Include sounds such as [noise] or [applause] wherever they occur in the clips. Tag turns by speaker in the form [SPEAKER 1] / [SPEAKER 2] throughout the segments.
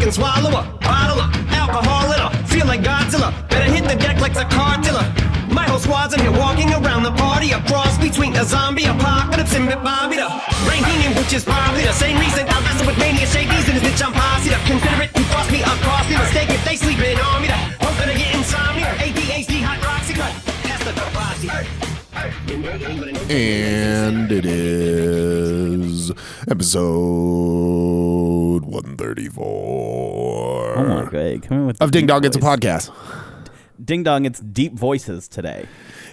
[SPEAKER 1] can swallow a bottle of alcohol in her. Feel like Godzilla. Better hit the deck like the car dealer. My whole squad's in here walking around the party. A cross between a zombie apocalypse and Bit Bobby. The brain healing, which is probably the same reason I wrestle with mania shakies and this bitch I'm posse. The considerate who crossed me across the mistake if they sleeping on me. The hope that I get insomnia. ADHD, hot roxy cut. Pass the Degrassi.
[SPEAKER 2] And it is episode 134
[SPEAKER 3] Omar Greg, coming with
[SPEAKER 2] of
[SPEAKER 3] the
[SPEAKER 2] Ding
[SPEAKER 3] deep
[SPEAKER 2] Dong. It's a
[SPEAKER 3] voice.
[SPEAKER 2] podcast.
[SPEAKER 3] Ding dong, it's deep voices today.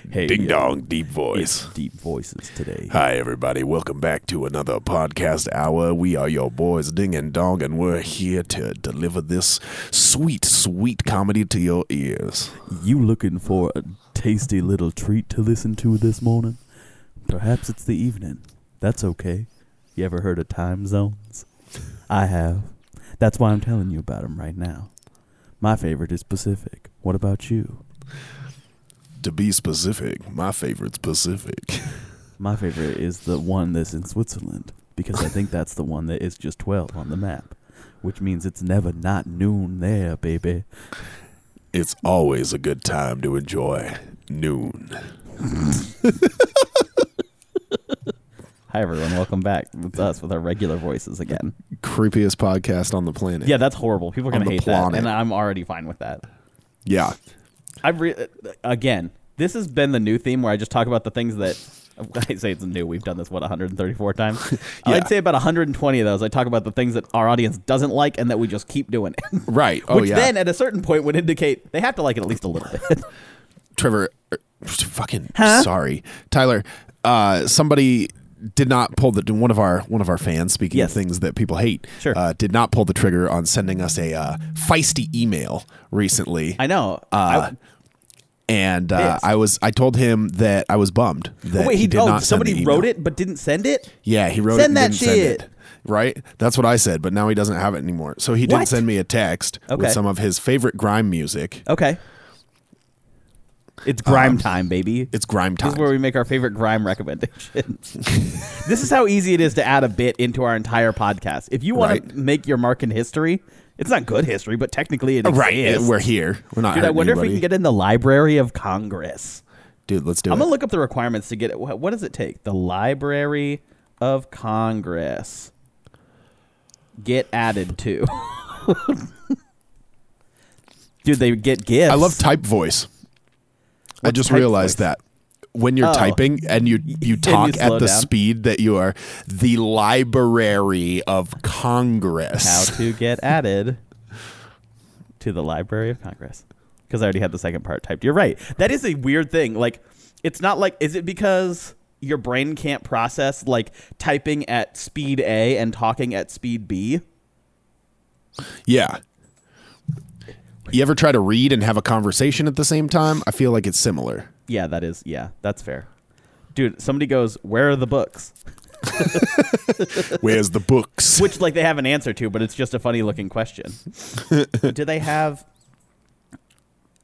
[SPEAKER 3] Hey,
[SPEAKER 2] Ding
[SPEAKER 3] yo,
[SPEAKER 2] Dong, deep
[SPEAKER 3] it's
[SPEAKER 2] voice.
[SPEAKER 3] deep voices today.
[SPEAKER 2] Hi, everybody. Welcome back to another podcast hour. We are your boys, Ding and Dong, and we're here to deliver this sweet, sweet comedy to your ears.
[SPEAKER 3] You looking for a tasty little treat to listen to this morning? Perhaps it's the evening. That's okay. You ever heard of time zones? I have. That's why I'm telling you about 'em right now. My favorite is Pacific. What about you?
[SPEAKER 2] To be specific, my favorite's Pacific.
[SPEAKER 3] My favorite is the one that's in Switzerland because I think that's the one that is just 12 on the map, which means it's never not noon there, baby.
[SPEAKER 2] It's always a good time to enjoy noon.
[SPEAKER 3] Hi, everyone. Welcome back. It's us with our regular voices again.
[SPEAKER 2] Creepiest podcast on the planet.
[SPEAKER 3] [laughs] Yeah, that's horrible. People are going
[SPEAKER 2] On
[SPEAKER 3] to
[SPEAKER 2] the
[SPEAKER 3] hate
[SPEAKER 2] planet.
[SPEAKER 3] that. And I'm already fine with that.
[SPEAKER 2] Yeah.
[SPEAKER 3] I've re- Again, this has been the new theme where I just talk about the things that. [laughs] I say it's new. We've done this, what, 134 [laughs] times? I'd say about 120 of those. I talk about the things that our audience doesn't like and that we just keep doing [laughs] it.
[SPEAKER 2] Right. Oh,
[SPEAKER 3] Which
[SPEAKER 2] yeah.
[SPEAKER 3] then at a certain point would indicate they have to like it at least a little bit. [laughs]
[SPEAKER 2] Trevor, er, fucking
[SPEAKER 3] Huh?
[SPEAKER 2] sorry, Tyler. Uh, somebody did not pull the one of our one of our fans. Speaking
[SPEAKER 3] Yes.
[SPEAKER 2] of things that people hate,
[SPEAKER 3] Sure.
[SPEAKER 2] uh, did not pull the trigger on sending us a uh, feisty email recently.
[SPEAKER 3] I know.
[SPEAKER 2] Uh,
[SPEAKER 3] I-
[SPEAKER 2] and uh,
[SPEAKER 3] Pissed.
[SPEAKER 2] I was I told him that I was bummed that
[SPEAKER 3] wait,
[SPEAKER 2] he,
[SPEAKER 3] he,
[SPEAKER 2] did
[SPEAKER 3] oh,
[SPEAKER 2] not. send
[SPEAKER 3] somebody
[SPEAKER 2] the email.
[SPEAKER 3] wrote it but didn't send it?
[SPEAKER 2] Yeah, he wrote
[SPEAKER 3] Send
[SPEAKER 2] it.
[SPEAKER 3] that
[SPEAKER 2] And didn't send
[SPEAKER 3] shit.
[SPEAKER 2] it, right? That's what I said, but now he doesn't have it anymore. So he did
[SPEAKER 3] What?
[SPEAKER 2] send me a text with
[SPEAKER 3] Okay. Oh.
[SPEAKER 2] some of his favorite grime music.
[SPEAKER 3] Okay. It's grime time, baby.
[SPEAKER 2] Um, It's grime
[SPEAKER 3] This
[SPEAKER 2] time.
[SPEAKER 3] is where we make our favorite grime recommendations. [laughs] this is how easy it is to add a bit into our entire podcast. If you want
[SPEAKER 2] Right.
[SPEAKER 3] to make your mark in history, it's not good history, but technically it is.
[SPEAKER 2] right, we're here. We're not.
[SPEAKER 3] Dude, I
[SPEAKER 2] hurting
[SPEAKER 3] wonder if we
[SPEAKER 2] anybody.
[SPEAKER 3] can get in the Library of Congress.
[SPEAKER 2] Dude, let's do
[SPEAKER 3] I'm
[SPEAKER 2] it.
[SPEAKER 3] gonna look up the requirements to get it. What what does it take? The Library of Congress get added to. [laughs] Dude, they get gifts.
[SPEAKER 2] I love type voice. I
[SPEAKER 3] What's
[SPEAKER 2] just
[SPEAKER 3] type
[SPEAKER 2] realized
[SPEAKER 3] voice?
[SPEAKER 2] that when you're
[SPEAKER 3] Oh.
[SPEAKER 2] typing and
[SPEAKER 3] [laughs]
[SPEAKER 2] you you
[SPEAKER 3] And
[SPEAKER 2] talk
[SPEAKER 3] you
[SPEAKER 2] at
[SPEAKER 3] slow
[SPEAKER 2] the
[SPEAKER 3] down.
[SPEAKER 2] speed that you are, the Library of
[SPEAKER 3] how
[SPEAKER 2] Congress.
[SPEAKER 3] to get added to the Library of Congress. Because I already had the second part typed. You're right. That is a weird thing. Like, it's not like, is it because your brain can't process, like, typing at speed A and talking at speed B?
[SPEAKER 2] [laughs] Yeah. You ever try to read and have a conversation at the same time? I feel like it's
[SPEAKER 3] [laughs]
[SPEAKER 2] similar.
[SPEAKER 3] Yeah, that is. Yeah, that's fair. Dude, somebody goes, Where are the books?
[SPEAKER 2] Where's the books?
[SPEAKER 3] Which, like, they have an answer to, but it's just a funny looking question. Do they have.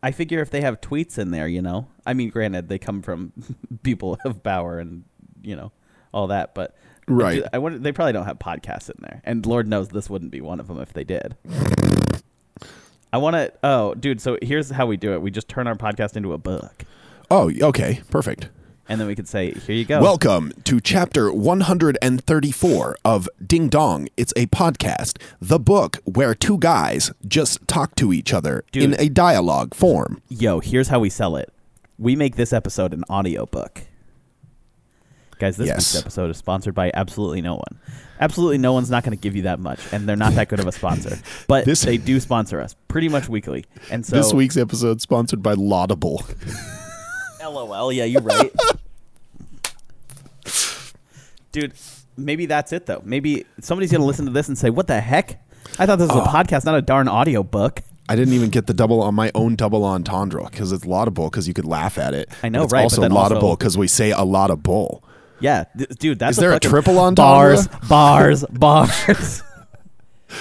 [SPEAKER 3] I figure if they have tweets in there, you know? I mean, granted, they come from [laughs] people of power and, you know, all that, but.
[SPEAKER 2] Right.
[SPEAKER 3] I wonder, they probably don't have podcasts in there. And Lord knows this wouldn't be one of them if they did. I want to. Oh, dude, so here's how we do it we just turn our podcast into a book.
[SPEAKER 2] Oh, okay, perfect.
[SPEAKER 3] And then we could say, Here you go.
[SPEAKER 2] Welcome to chapter 134 of Ding Dong. It's a podcast, the book where two guys just talk to each other
[SPEAKER 3] Dude.
[SPEAKER 2] in a dialogue form.
[SPEAKER 3] yo, here's how we sell it. We make this episode an audiobook. Guys, this
[SPEAKER 2] Yes.
[SPEAKER 3] week's episode is sponsored by absolutely no one. Absolutely no one's not going to give you that much, and they're not that good of
[SPEAKER 2] [laughs]
[SPEAKER 3] a sponsor. But
[SPEAKER 2] This-
[SPEAKER 3] they do sponsor us pretty much weekly. And so,
[SPEAKER 2] This week's episode sponsored by Laudable. [laughs]
[SPEAKER 3] LOL, yeah, you're right. Dude, maybe that's it, though. Maybe somebody's going to listen to this and say, what the heck? I thought this was a
[SPEAKER 2] Ah.
[SPEAKER 3] podcast, not a darn audiobook.
[SPEAKER 2] I didn't even get the double on my own double entendre because it's laudable because you could laugh at it.
[SPEAKER 3] I know,
[SPEAKER 2] But it's
[SPEAKER 3] right, but
[SPEAKER 2] Also
[SPEAKER 3] then also-
[SPEAKER 2] laudable because we say a lot of bull. [laughs]
[SPEAKER 3] Yeah, d- dude,
[SPEAKER 2] Is
[SPEAKER 3] that's
[SPEAKER 2] there a
[SPEAKER 3] fucking-
[SPEAKER 2] triple entendre?
[SPEAKER 3] bars,
[SPEAKER 2] [laughs]
[SPEAKER 3] bars, bars.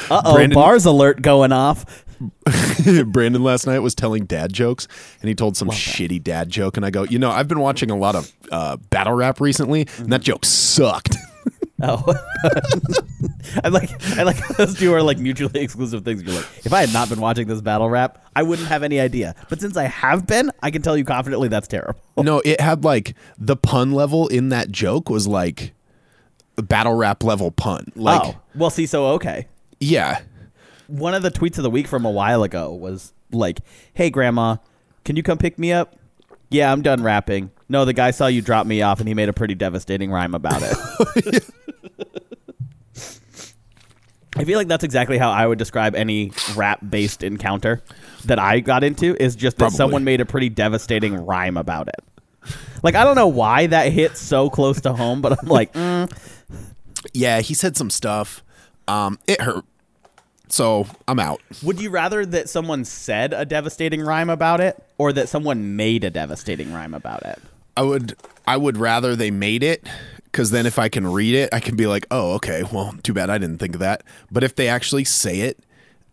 [SPEAKER 3] Uh oh,
[SPEAKER 2] Brandon-
[SPEAKER 3] bars alert going off.
[SPEAKER 2] Brandon last night was telling dad jokes and he told some shitty dad joke and I go, you know, I've been watching a lot [laughs] of uh, battle rap recently and that joke sucked.
[SPEAKER 3] Oh, [laughs] I like I like how those two are like mutually exclusive things. You're like, if I had not been watching this battle rap, I wouldn't have any idea. But since I have been, I can tell you confidently that's terrible.
[SPEAKER 2] [laughs] no, it had like the pun level in that joke was like a battle rap level pun. Like,
[SPEAKER 3] oh, well, see, so okay.
[SPEAKER 2] yeah,
[SPEAKER 3] One of the tweets of the week from a while ago was like, "Hey, grandma, can you come pick me up?" Yeah, I'm done rapping. No, the guy saw you drop me off, and he made a pretty devastating rhyme about it. [laughs] I feel like that's exactly how I would describe any rap-based encounter that I got into is just that
[SPEAKER 2] Probably.
[SPEAKER 3] someone made a pretty devastating rhyme about it. Like I don't know why that hit so close to home, but I'm like, mm,
[SPEAKER 2] yeah. He said some stuff. Um, it hurt. So I'm out.
[SPEAKER 3] would you rather that someone said a devastating rhyme about it or that someone made a devastating rhyme about it?
[SPEAKER 2] I would I would rather they made it because then if I can read it, I can be like, oh, okay, well, too bad I didn't think of that. But if they actually say it,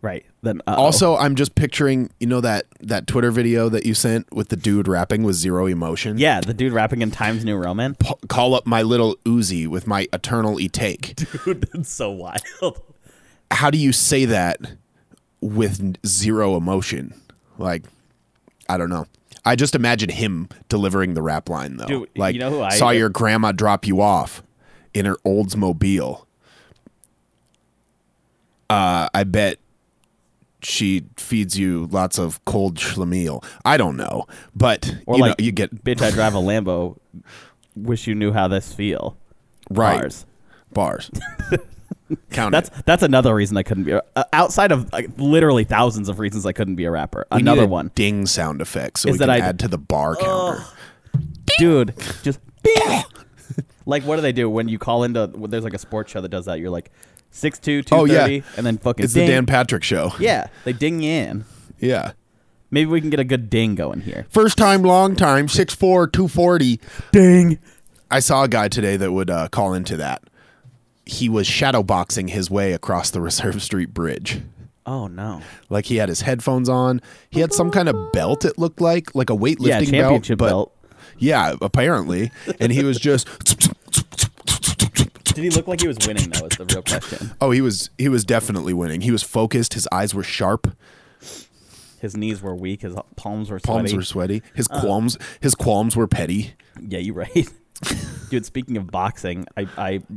[SPEAKER 3] Right. Then uh
[SPEAKER 2] also, I'm just picturing, you know that that Twitter video that you sent with the dude rapping with zero emotion.
[SPEAKER 3] yeah, the dude rapping in Times New Roman.
[SPEAKER 2] P- call up my little Uzi with my eternal e take.
[SPEAKER 3] Dude, [laughs] that's so wild.
[SPEAKER 2] How do you say that with n- zero emotion? Like, I don't know. I just imagine him delivering the rap line though.
[SPEAKER 3] Dude, you
[SPEAKER 2] like,
[SPEAKER 3] know who I-
[SPEAKER 2] saw your grandma drop you off in her Oldsmobile. Uh, I bet she feeds you lots of cold schlemiel. I don't know, but
[SPEAKER 3] Or
[SPEAKER 2] you
[SPEAKER 3] like,
[SPEAKER 2] know, you get
[SPEAKER 3] bitch, I drive a Lambo. Wish you knew how this feel.
[SPEAKER 2] right
[SPEAKER 3] Bars. [laughs]
[SPEAKER 2] Bars. Count
[SPEAKER 3] That's
[SPEAKER 2] it.
[SPEAKER 3] that's another reason I couldn't be a- uh, outside of like, literally thousands of reasons I couldn't be a rapper.
[SPEAKER 2] We need
[SPEAKER 3] Another
[SPEAKER 2] a [laughs]
[SPEAKER 3] one,
[SPEAKER 2] ding sound effect so
[SPEAKER 3] Is
[SPEAKER 2] we
[SPEAKER 3] that
[SPEAKER 2] can
[SPEAKER 3] I-
[SPEAKER 2] add to the bar counter.
[SPEAKER 3] dude. Just [laughs] like what do they do when you call into? When there's like a sports show that does that. You're like six two two
[SPEAKER 2] Oh,
[SPEAKER 3] thirty,
[SPEAKER 2] yeah.
[SPEAKER 3] and then fucking
[SPEAKER 2] It's
[SPEAKER 3] ding.
[SPEAKER 2] the Dan Patrick show.
[SPEAKER 3] yeah, they ding you in.
[SPEAKER 2] Yeah.
[SPEAKER 3] Maybe we can get a good ding going here.
[SPEAKER 2] First time, long time, 6'4", 240.
[SPEAKER 3] Ding.
[SPEAKER 2] I saw a guy today that would uh, call into that. He was shadow boxing his way across the [laughs] Reserve Street Bridge.
[SPEAKER 3] Oh no.
[SPEAKER 2] Like he had his headphones on. He had some kind of belt. It looked like like a weightlifting
[SPEAKER 3] yeah, championship
[SPEAKER 2] but-
[SPEAKER 3] belt.
[SPEAKER 2] Yeah, apparently. and he was just. [laughs]
[SPEAKER 3] Did he look like he was winning though? Is the real question.
[SPEAKER 2] Oh, he was he was definitely winning. He was focused. His eyes were sharp.
[SPEAKER 3] His knees were weak. His palms were sweaty. Uh.
[SPEAKER 2] palms were sweaty. His qualms, his qualms were petty.
[SPEAKER 3] Yeah, you're right. [laughs] Dude, speaking of boxing, I,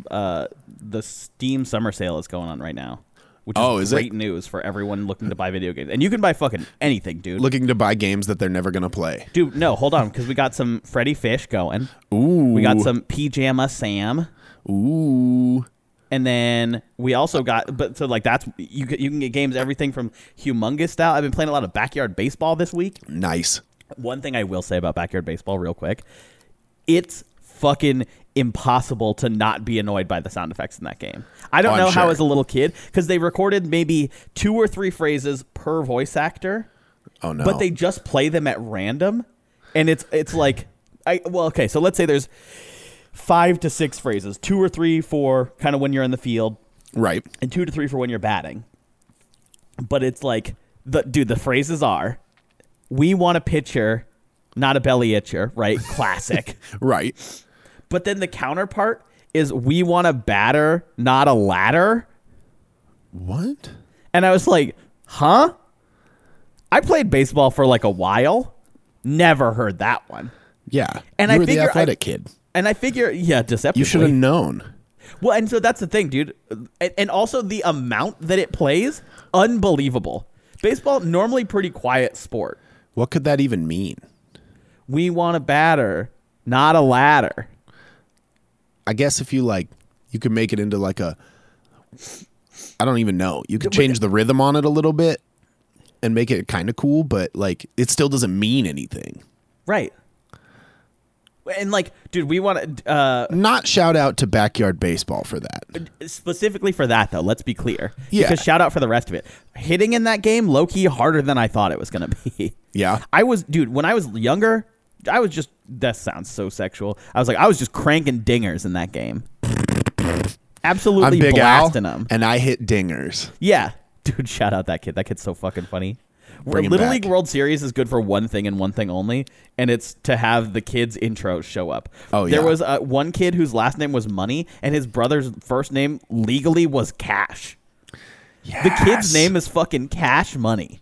[SPEAKER 3] I uh, the Steam summer sale is going on right now, which is,
[SPEAKER 2] Oh, is it?
[SPEAKER 3] great news for everyone looking to buy video games. And you can buy fucking anything, dude.
[SPEAKER 2] Looking to buy games that they're never gonna play.
[SPEAKER 3] dude, no, hold on, because we got some Freddy Fish going.
[SPEAKER 2] Ooh,
[SPEAKER 3] We got some Pajama Sam,
[SPEAKER 2] Ooh,
[SPEAKER 3] and then we also got. But so like that's you can- you can get games everything from humongous style. I've been playing a lot of backyard baseball this week.
[SPEAKER 2] nice.
[SPEAKER 3] One thing I will say about backyard baseball, real quick, it's fucking impossible to not be annoyed by the sound effects in that game. I don't
[SPEAKER 2] Oh, I'm
[SPEAKER 3] know how,
[SPEAKER 2] sure.
[SPEAKER 3] as a little kid, because they recorded maybe two or three phrases per voice actor,
[SPEAKER 2] Oh no,
[SPEAKER 3] but they just play them at random, and it's it's like, I well, okay, so let's say there's five to six phrases, two or three for kind of when you're in the field,
[SPEAKER 2] right.
[SPEAKER 3] and two to three for when you're batting. But it's like the dude, the phrases are we want a pitcher, not a belly itcher, right? Classic.
[SPEAKER 2] Right.
[SPEAKER 3] but then the counterpart is we want a batter, not a ladder.
[SPEAKER 2] What?
[SPEAKER 3] And I was like, huh? I played baseball for like a while. Never heard that one.
[SPEAKER 2] Yeah.
[SPEAKER 3] And
[SPEAKER 2] you
[SPEAKER 3] I
[SPEAKER 2] were the
[SPEAKER 3] figure I-
[SPEAKER 2] athletic kid.
[SPEAKER 3] And I figure, yeah, deceptively.
[SPEAKER 2] You should have known.
[SPEAKER 3] Well, and so that's the thing, dude. And, and also the amount that it plays, unbelievable. Baseball, normally pretty quiet sport.
[SPEAKER 2] What could that even mean?
[SPEAKER 3] We want a batter, not a ladder.
[SPEAKER 2] I guess if you like, you could make it into like a. I don't even know. You could change the rhythm on it a little bit, and make it kind of cool, but like it still doesn't mean anything.
[SPEAKER 3] Right. And like, dude, we want to uh,
[SPEAKER 2] Not shout out to backyard baseball for that.
[SPEAKER 3] specifically for that though. Let's be clear.
[SPEAKER 2] Yeah.
[SPEAKER 3] Because shout out for the rest of it. Hitting in that game, low key harder than I thought it was gonna [laughs] be.
[SPEAKER 2] Yeah.
[SPEAKER 3] I was, dude, when I was younger, I was just, that sounds so sexual. I was like, I was just cranking dingers in that [laughs] game. Absolutely
[SPEAKER 2] I'm Big Al,
[SPEAKER 3] blasting them.
[SPEAKER 2] and I hit dingers.
[SPEAKER 3] [laughs] Yeah. Dude, shout out that kid. That kid's so fucking funny.
[SPEAKER 2] Bring 'em
[SPEAKER 3] Little
[SPEAKER 2] back.
[SPEAKER 3] League World Series is good for one thing and one thing only, and it's to have the kids' intro show up.
[SPEAKER 2] Oh,
[SPEAKER 3] There
[SPEAKER 2] yeah.
[SPEAKER 3] was uh, one kid whose last name was Money, and his brother's first name legally was Cash. The kid's
[SPEAKER 2] Yes.
[SPEAKER 3] name is fucking Cash Money.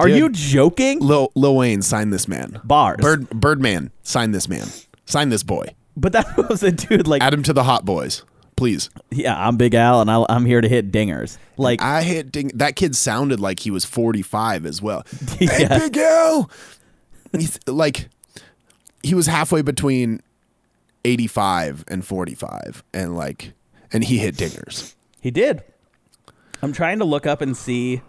[SPEAKER 3] Are
[SPEAKER 2] Dude.
[SPEAKER 3] you joking?
[SPEAKER 2] Lil, Lil Wayne, sign this man.
[SPEAKER 3] Bars.
[SPEAKER 2] Bird Birdman, sign this man. Sign this boy.
[SPEAKER 3] But that [laughs] was a dude like,
[SPEAKER 2] Add him to the hot boys, please.
[SPEAKER 3] yeah, I'm Big Al, and I, I'm here to hit dingers. Like,
[SPEAKER 2] I hit ding. That kid sounded like he was 45 as well.
[SPEAKER 3] [laughs] Yeah.
[SPEAKER 2] Hey, Big Al! He's like, he was halfway between 85 and 45, and like, and he hit dingers.
[SPEAKER 3] He did. I'm trying to look up and see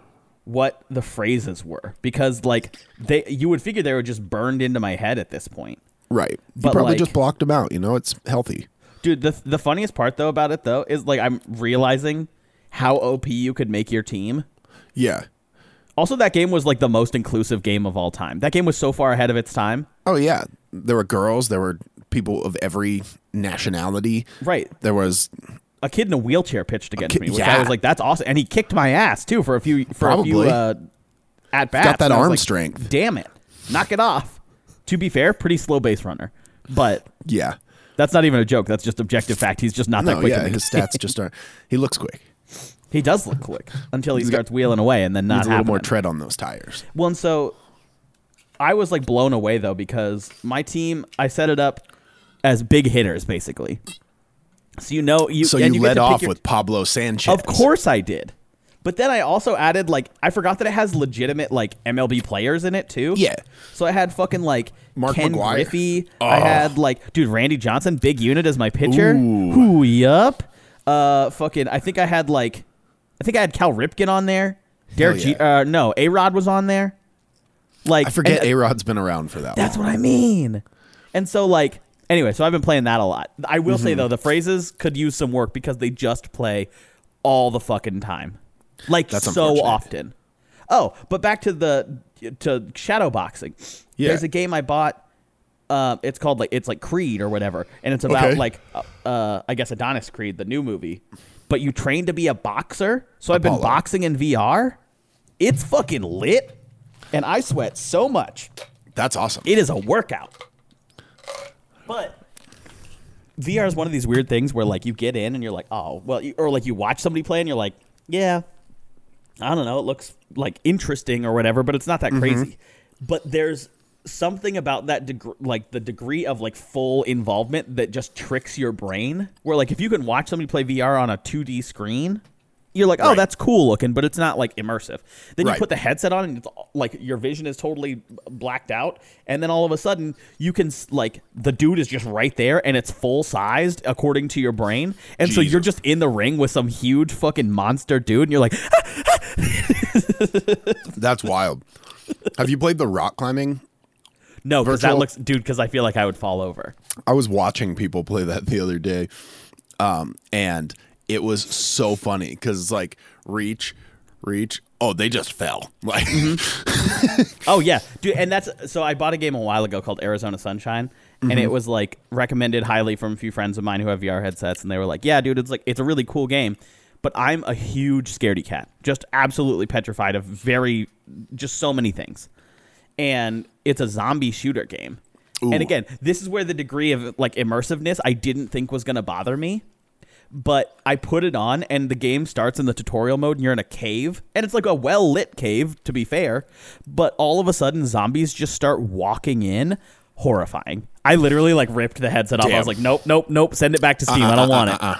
[SPEAKER 3] what the phrases were because like they you would figure they were just burned into my head at this point.
[SPEAKER 2] Right.
[SPEAKER 3] But,
[SPEAKER 2] you probably
[SPEAKER 3] like-
[SPEAKER 2] just blocked him out. You know, it's healthy.
[SPEAKER 3] Dude, the the funniest part though about it though is like I'm realizing how OP you could make your team.
[SPEAKER 2] Yeah.
[SPEAKER 3] Also that game was like the most inclusive game of all time. That game was so far ahead of its time.
[SPEAKER 2] Oh, yeah. There were girls, there were people of every nationality.
[SPEAKER 3] Right.
[SPEAKER 2] There was
[SPEAKER 3] A kid in a wheelchair pitched against
[SPEAKER 2] kid-
[SPEAKER 3] me, which I
[SPEAKER 2] yeah.
[SPEAKER 3] was like that's awesome and he kicked my ass too for a few for a
[SPEAKER 2] Probably.
[SPEAKER 3] few uh at bats.
[SPEAKER 2] that
[SPEAKER 3] And I was
[SPEAKER 2] arm
[SPEAKER 3] like,
[SPEAKER 2] strength.
[SPEAKER 3] Damn it. Knock it off. To be fair, pretty slow base runner. But
[SPEAKER 2] Yeah.
[SPEAKER 3] That's not even a joke. That's just objective fact. He's just not that
[SPEAKER 2] No,
[SPEAKER 3] quick.
[SPEAKER 2] yeah,
[SPEAKER 3] in the
[SPEAKER 2] his
[SPEAKER 3] game.
[SPEAKER 2] stats just aren't. He looks
[SPEAKER 3] [laughs]
[SPEAKER 2] quick.
[SPEAKER 3] He does look quick until he starts wheeling away and then not
[SPEAKER 2] Needs a little
[SPEAKER 3] happening.
[SPEAKER 2] more tread on those tires.
[SPEAKER 3] Well, and so I was like blown away though because my team I set it up as big hitters basically. So you know you
[SPEAKER 2] So
[SPEAKER 3] and
[SPEAKER 2] you,
[SPEAKER 3] you get
[SPEAKER 2] led
[SPEAKER 3] to pick
[SPEAKER 2] off
[SPEAKER 3] your-
[SPEAKER 2] with Pablo Sanchez.
[SPEAKER 3] Of course I did. But then I also added like I forgot that it has legitimate like MLB players in it too.
[SPEAKER 2] Yeah.
[SPEAKER 3] So I had fucking like
[SPEAKER 2] Mark
[SPEAKER 3] Ken
[SPEAKER 2] McGwire.
[SPEAKER 3] Griffey. I had like dude Randy Johnson, big unit as my pitcher.
[SPEAKER 2] Ooh.
[SPEAKER 3] Who yup. Uh fucking I think I had like I think I had Cal Ripken on there. Derek
[SPEAKER 2] yeah.
[SPEAKER 3] G- uh no, A Rod was on there. Like
[SPEAKER 2] I forget
[SPEAKER 3] and- uh,
[SPEAKER 2] A Rod's been around for that.
[SPEAKER 3] that's what I mean. And so like anyway, so I've been playing that a lot. I will
[SPEAKER 2] Mm-hmm.
[SPEAKER 3] say though, the phrases could use some work because they just play all the fucking time. Like
[SPEAKER 2] That's
[SPEAKER 3] so
[SPEAKER 2] unfortunate.
[SPEAKER 3] often. Oh, but back to the to shadow boxing.
[SPEAKER 2] Yeah.
[SPEAKER 3] There's a game I bought uh, it's called like it's like Creed or whatever, and it's about
[SPEAKER 2] Okay.
[SPEAKER 3] like uh, uh, I guess Adonis Creed, the new movie. But you train to be a boxer, so I've been
[SPEAKER 2] Apollo.
[SPEAKER 3] boxing in VR. It's fucking lit, and I sweat so much
[SPEAKER 2] one. That's awesome.
[SPEAKER 3] it is a workout. But VR is one of these weird things where like you get in and you're like, oh, well, you, or like you watch somebody play and you're like, yeah, I don't know, it looks like interesting or whatever, but it's not that crazy. But there's something about that degree, like the degree of like full involvement that just tricks your brain. Where like if you can watch somebody play VR on a 2D screen. You're like, oh,
[SPEAKER 2] Right.
[SPEAKER 3] that's cool looking, but it's not like immersive. Then you
[SPEAKER 2] Right.
[SPEAKER 3] put the headset on and it's all- like your vision is totally blacked out and then all of a sudden you can s- like the dude is just right there and it's full sized according to your brain and so you're just in the ring with some huge fucking monster dude and you're like "Ah,
[SPEAKER 2] That's wild. Have you played the rock climbing?
[SPEAKER 3] no because that
[SPEAKER 2] Virtual-
[SPEAKER 3] looks dude because i feel like i would fall over
[SPEAKER 2] I was watching people play that the other day, um, and it was so funny because it's like reach, reach. Oh, they just fell. [laughs] Like
[SPEAKER 3] oh yeah dude and that's so i bought a game a while ago called arizona sunshine and it was like recommended highly from a few friends of mine who have vr headsets and they were like yeah dude it's like it's a really cool game but i'm a huge scaredy cat just absolutely petrified of very just so many things and it's a zombie shooter game and again this is where the degree of like immersiveness i didn't think was going to bother me but I put it on and the game starts in the tutorial mode and you're in a cave and it's like a well lit cave to be fair, but all of a sudden zombies just start walking in, horrifying. I literally like ripped the headset off. I
[SPEAKER 2] Damn.
[SPEAKER 3] was like, nope, nope, nope, send it back to Steam. I don't want it.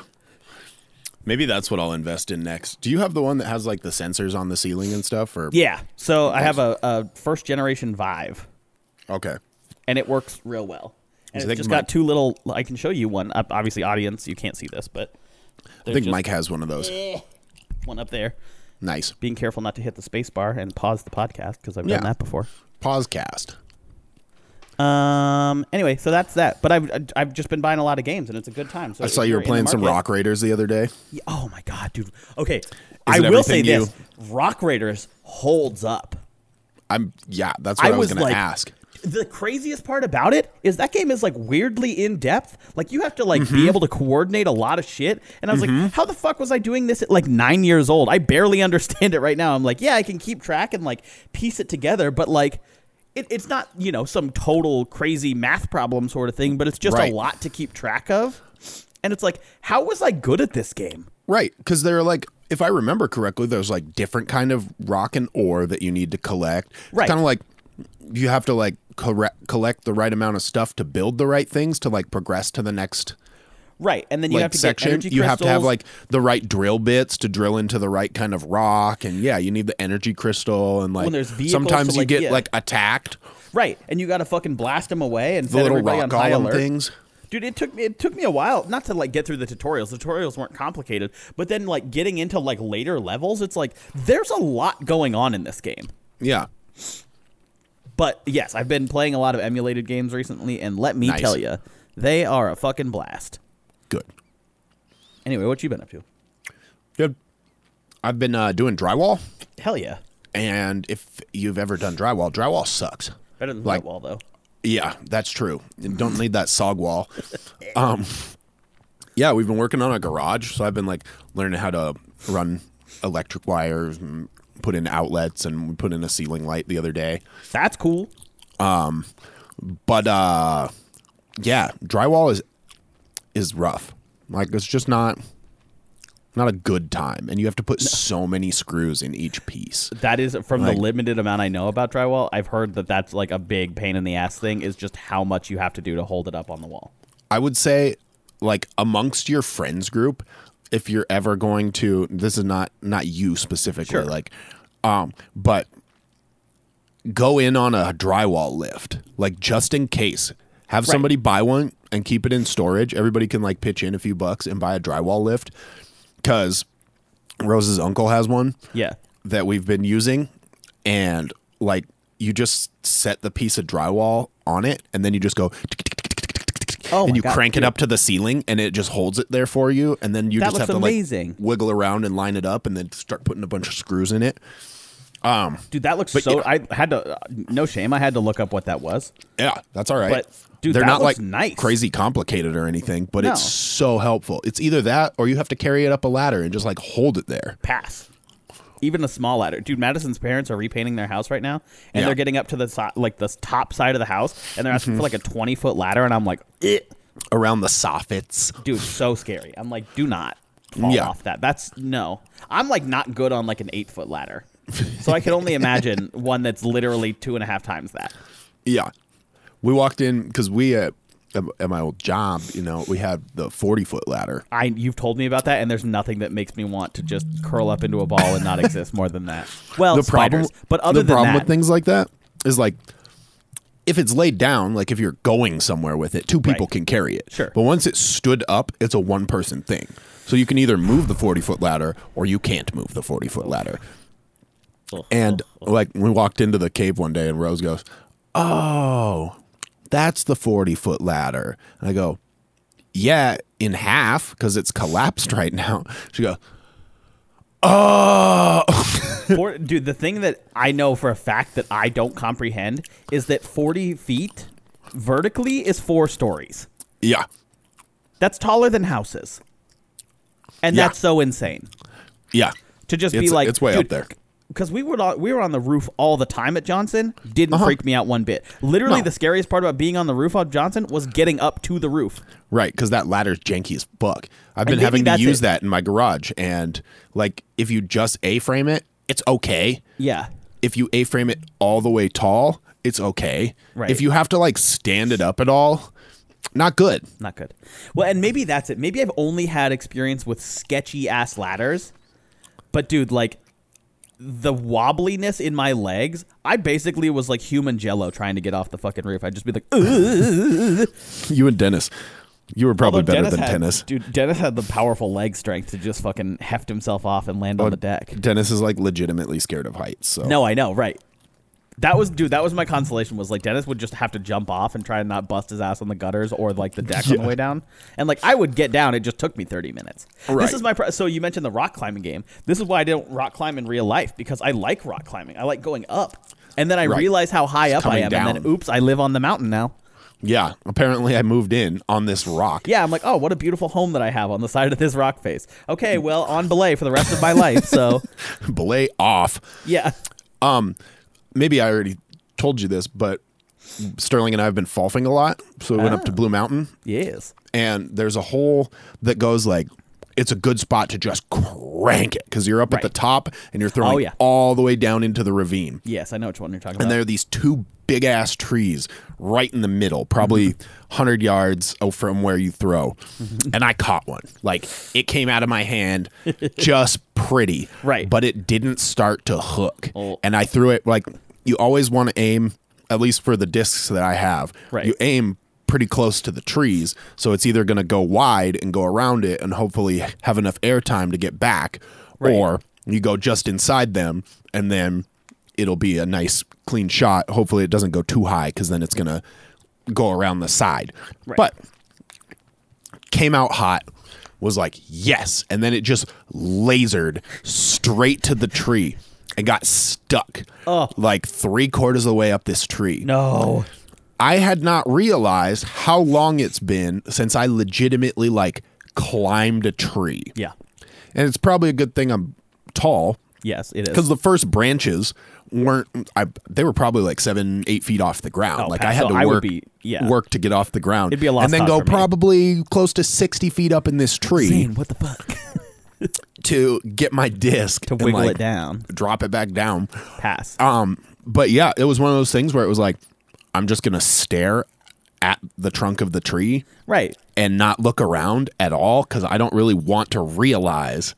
[SPEAKER 2] maybe that's what I'll invest in next. Do you have the one that has like the sensors on the ceiling and stuff? Or
[SPEAKER 3] Yeah, so I have a, a first generation Vive
[SPEAKER 2] okay,
[SPEAKER 3] and it works real well.
[SPEAKER 2] I
[SPEAKER 3] And it's
[SPEAKER 2] think
[SPEAKER 3] just
[SPEAKER 2] my-
[SPEAKER 3] got two little. I can show you one. Ob- Obviously, audience, you can't see this, but
[SPEAKER 2] I think Mike has one of those.
[SPEAKER 3] one up there.
[SPEAKER 2] Nice
[SPEAKER 3] Being careful not to hit the space bar and pause the podcast because I've
[SPEAKER 2] Yeah.
[SPEAKER 3] done that before.
[SPEAKER 2] pause cast.
[SPEAKER 3] Um. Anyway, so that's that. But I've I've just been buying a lot of games, and it's a good time. So
[SPEAKER 2] I saw you were playing some Rock Raiders the other day.
[SPEAKER 3] Oh my god, dude. Okay, I
[SPEAKER 2] it
[SPEAKER 3] will say
[SPEAKER 2] everything
[SPEAKER 3] this: Rock Raiders holds up.
[SPEAKER 2] I'm yeah, that's what I was,
[SPEAKER 3] was
[SPEAKER 2] gonna
[SPEAKER 3] like,
[SPEAKER 2] ask.
[SPEAKER 3] the craziest part about it is that game is like weirdly in depth. Like you have to like
[SPEAKER 2] Mm-hmm.
[SPEAKER 3] be able to coordinate a lot of shit. And I was like, how the fuck was I doing this at like nine years old? I barely [laughs] understand it right now. I'm like, yeah, I can keep track and like piece it together, but like it, it's not you know some total crazy math problem sort of thing. But it's just
[SPEAKER 2] Right.
[SPEAKER 3] a lot to keep track of. And it's like, how was I good at this game?
[SPEAKER 2] Right, because there are like, if I remember correctly, there's like different kind of rock and ore that you need to collect.
[SPEAKER 3] Right.
[SPEAKER 2] kind of like you have to like correct, collect the right amount of stuff to build the right things to like progress to the next
[SPEAKER 3] Right, and then you
[SPEAKER 2] like
[SPEAKER 3] have to get
[SPEAKER 2] section.
[SPEAKER 3] energy
[SPEAKER 2] You have to have
[SPEAKER 3] crystals.
[SPEAKER 2] like the right drill bits to drill into the right kind of rock, and yeah, you need the energy crystal, and like
[SPEAKER 3] When there's vehicles
[SPEAKER 2] sometimes
[SPEAKER 3] to,
[SPEAKER 2] you
[SPEAKER 3] like,
[SPEAKER 2] get
[SPEAKER 3] yeah.
[SPEAKER 2] like attacked
[SPEAKER 3] Right, and you got to fucking blast them away and
[SPEAKER 2] the
[SPEAKER 3] set
[SPEAKER 2] little
[SPEAKER 3] everybody
[SPEAKER 2] rock
[SPEAKER 3] on high
[SPEAKER 2] golem
[SPEAKER 3] alert.
[SPEAKER 2] things.
[SPEAKER 3] Dude, it took me it took me a while not to like get through the tutorials. The tutorials weren't complicated, but then like getting into like later levels, it's like there's a lot going on in this game.
[SPEAKER 2] Yeah,
[SPEAKER 3] But yes, I've been playing a lot of emulated games recently, and let me
[SPEAKER 2] Nice.
[SPEAKER 3] tell you, they are a fucking blast.
[SPEAKER 2] good,
[SPEAKER 3] Anyway, what you been up to?
[SPEAKER 2] good. I've been uh, doing drywall,
[SPEAKER 3] Hell yeah,
[SPEAKER 2] and if you've ever done drywall, drywall sucks.
[SPEAKER 3] better than
[SPEAKER 2] Like-
[SPEAKER 3] like, wall though.
[SPEAKER 2] Yeah, that's true. And don't need that sog wall. [laughs] Um, yeah, we've been working on a garage, so I've been like learning how to run electric wires and put in outlets, and we put in a ceiling light the other day.
[SPEAKER 3] That's cool.
[SPEAKER 2] But uh, yeah, drywall is is rough. Like it's just not not a good time, and you have to put so many screws in each piece.
[SPEAKER 3] That is from
[SPEAKER 2] Like-
[SPEAKER 3] the limited amount I know about drywall. I've heard that that's like a big pain in the ass thing. Is just how much you have to do to hold it up on the wall.
[SPEAKER 2] I would say like amongst your friends group, if you're ever going to this is not not you specifically,
[SPEAKER 3] Sure.
[SPEAKER 2] like um, but go in on a drywall lift. Like just in case. Have somebody buy one and keep it in storage. Everybody can like pitch in a few bucks and buy a drywall lift. Cause Rose's uncle has one
[SPEAKER 3] Yeah.
[SPEAKER 2] that we've been using and like you just set the piece of drywall on it and then you just go
[SPEAKER 3] Oh
[SPEAKER 2] and
[SPEAKER 3] my
[SPEAKER 2] you
[SPEAKER 3] God,
[SPEAKER 2] crank it up to the ceiling and it just holds it there for you and then you
[SPEAKER 3] That
[SPEAKER 2] just have
[SPEAKER 3] looks
[SPEAKER 2] to
[SPEAKER 3] amazing.
[SPEAKER 2] like wiggle around and line it up and then start putting a bunch of screws in it
[SPEAKER 3] Dude, that looks so. I had to. Uh, no shame. I had to look up what that was.
[SPEAKER 2] yeah that's all right
[SPEAKER 3] But, dude,
[SPEAKER 2] they're
[SPEAKER 3] that
[SPEAKER 2] not like
[SPEAKER 3] looks nice.
[SPEAKER 2] crazy complicated or anything but it's
[SPEAKER 3] No.
[SPEAKER 2] so helpful it's either that or you have to carry it up a ladder and just like hold it there
[SPEAKER 3] Pass. Even a small ladder, dude. Madison's parents are repainting their house right now, and
[SPEAKER 2] Yeah. Mm-hmm.
[SPEAKER 3] they're getting up to the so- like the top side of the house, and they're asking for like a twenty foot ladder, and I'm like, "Eh."
[SPEAKER 2] around the soffits
[SPEAKER 3] dude, so scary. I'm like, do not fall
[SPEAKER 2] Yeah.
[SPEAKER 3] off that. That's no. I'm like not good on like an eight foot ladder, so I can only imagine one that's literally two and a half times that.
[SPEAKER 2] Yeah. We walked in because we at, at at my old job, you know, we had the 40 foot ladder.
[SPEAKER 3] I you've told me about that, and there's nothing that makes me want to just curl up into a ball and not exist more
[SPEAKER 2] [laughs]
[SPEAKER 3] than that. Well,
[SPEAKER 2] the problem,
[SPEAKER 3] spiders, but other
[SPEAKER 2] the
[SPEAKER 3] than
[SPEAKER 2] problem
[SPEAKER 3] that,
[SPEAKER 2] with things like that is like if it's laid down, like if you're going somewhere with it, two people
[SPEAKER 3] Right.
[SPEAKER 2] can carry it.
[SPEAKER 3] Sure.
[SPEAKER 2] But once it's stood up, it's a one person thing. So you can either move the 40 foot ladder or you can't move the 40 foot ladder. And like we walked into the cave one day and Rose goes, Oh, that's the 40 foot ladder. And I go, Yeah, in half because it's collapsed [laughs] right now. She goes, Oh, [laughs]
[SPEAKER 3] for, dude, the thing that I know for a fact that I don't comprehend is that 40 feet vertically is four stories.
[SPEAKER 2] yeah.
[SPEAKER 3] That's taller than houses, and
[SPEAKER 2] Yeah.
[SPEAKER 3] that's so insane
[SPEAKER 2] Yeah.
[SPEAKER 3] to just be
[SPEAKER 2] It's-
[SPEAKER 3] like
[SPEAKER 2] it's way up
[SPEAKER 3] dude,
[SPEAKER 2] there.
[SPEAKER 3] Because we would all, we were on the roof all the time at Johnson, didn't freak me out one bit. Literally,
[SPEAKER 2] Uh-huh. No.
[SPEAKER 3] the scariest part about being on the roof of Johnson was getting up to the roof.
[SPEAKER 2] Right, because that ladder's janky as fuck. I've been
[SPEAKER 3] maybe
[SPEAKER 2] having to
[SPEAKER 3] that's
[SPEAKER 2] use
[SPEAKER 3] it.
[SPEAKER 2] that in my garage, and like if you just A-frame it, it's okay.
[SPEAKER 3] Yeah,
[SPEAKER 2] If you A-frame it all the way tall, it's okay.
[SPEAKER 3] Right.
[SPEAKER 2] If you have to like stand it up at all, not good. [laughs]
[SPEAKER 3] not good. Well, and maybe that's it. Maybe I've only had experience with sketchy ass ladders. But dude, like the wobbliness in my legs, I basically was like human jello trying to get off the fucking roof. I'd just be like, "Ugh."
[SPEAKER 2] You and Dennis, you were probably better
[SPEAKER 3] Dennis
[SPEAKER 2] than
[SPEAKER 3] had-
[SPEAKER 2] Dennis.
[SPEAKER 3] Dude, Dennis had the powerful leg strength to just fucking heft himself off and
[SPEAKER 2] Oh,
[SPEAKER 3] land on the deck.
[SPEAKER 2] Dennis is like legitimately scared of heights. So
[SPEAKER 3] No, I know, right. That was dude, that was my consolation was like Dennis would just have to jump off and try and not bust his ass on the gutters or like the deck on the way down. And like I would get down, it just took me 30 minutes.
[SPEAKER 2] Right.
[SPEAKER 3] This is my pro- so you mentioned the rock climbing game. This is why I don't rock climb in real life because I like rock climbing. I like going up. And then I
[SPEAKER 2] Right.
[SPEAKER 3] realize how high up I
[SPEAKER 2] coming
[SPEAKER 3] am, and then
[SPEAKER 2] down.
[SPEAKER 3] oops, I live on the mountain now.
[SPEAKER 2] Yeah. Apparently, I moved in on this rock. [laughs]
[SPEAKER 3] Yeah, I'm like, oh, what a beautiful home that I have on the side of this rock face. Okay, well, on belay for the rest of my life. So, [laughs]
[SPEAKER 2] Belay off.
[SPEAKER 3] yeah,
[SPEAKER 2] Um, maybe I already told you this, but Sterling and I have been falfing a lot, so we went up to
[SPEAKER 3] Ah.
[SPEAKER 2] Blue Mountain,
[SPEAKER 3] yes,
[SPEAKER 2] and there's a hole that goes like. It's a good spot to just crank it because you're up at
[SPEAKER 3] Right.
[SPEAKER 2] the top and you're throwing
[SPEAKER 3] Oh, yeah.
[SPEAKER 2] all the way down into the ravine.
[SPEAKER 3] yes, I know which one you're talking
[SPEAKER 2] and
[SPEAKER 3] about.
[SPEAKER 2] there are these two big ass trees right in the middle, probably
[SPEAKER 3] Mm-hmm.
[SPEAKER 2] 100 yards o- from where you throw. And I caught one. Like it came out of my
[SPEAKER 3] [laughs]
[SPEAKER 2] hand just pretty.
[SPEAKER 3] Right.
[SPEAKER 2] But it didn't start to hook.
[SPEAKER 3] Oh.
[SPEAKER 2] And I threw it like you always want to aim, at least for the discs that I have.
[SPEAKER 3] Right.
[SPEAKER 2] You aim pretty close to the trees. So it's either going to go wide and go around it and hopefully have enough air time to get back. Or you go just inside them and then it'll be a nice clean shot. Hopefully it doesn't go too high because then it's going to go around the side. But came out hot, was like, yes. And then it just lasered straight to the tree and got stuck like three quarters of the way up this tree.
[SPEAKER 3] Oh. no,
[SPEAKER 2] I had not realized how long it's been since I legitimately like climbed a tree.
[SPEAKER 3] yeah,
[SPEAKER 2] And it's probably a good thing I'm tall
[SPEAKER 3] yes, it
[SPEAKER 2] because
[SPEAKER 3] is.
[SPEAKER 2] the first branches weren't I, they were probably like seven eight feet off the ground
[SPEAKER 3] Oh,
[SPEAKER 2] like
[SPEAKER 3] pa-
[SPEAKER 2] i had
[SPEAKER 3] so
[SPEAKER 2] to
[SPEAKER 3] I would
[SPEAKER 2] work
[SPEAKER 3] be- yeah.
[SPEAKER 2] work to get off the ground
[SPEAKER 3] It'd be a lost
[SPEAKER 2] and then
[SPEAKER 3] cause
[SPEAKER 2] go
[SPEAKER 3] for me.
[SPEAKER 2] probably close to 60 feet up in this tree
[SPEAKER 4] Zane, what the fuck?
[SPEAKER 2] [laughs] to get my disc
[SPEAKER 3] To
[SPEAKER 2] and,
[SPEAKER 3] wiggle
[SPEAKER 2] like,
[SPEAKER 3] it down,
[SPEAKER 2] drop it back down
[SPEAKER 3] pass.
[SPEAKER 2] um but yeah it was one of those things where it was like i'm just gonna stare at the trunk of the tree
[SPEAKER 3] right,
[SPEAKER 2] and not look around at all because i don't really want to realize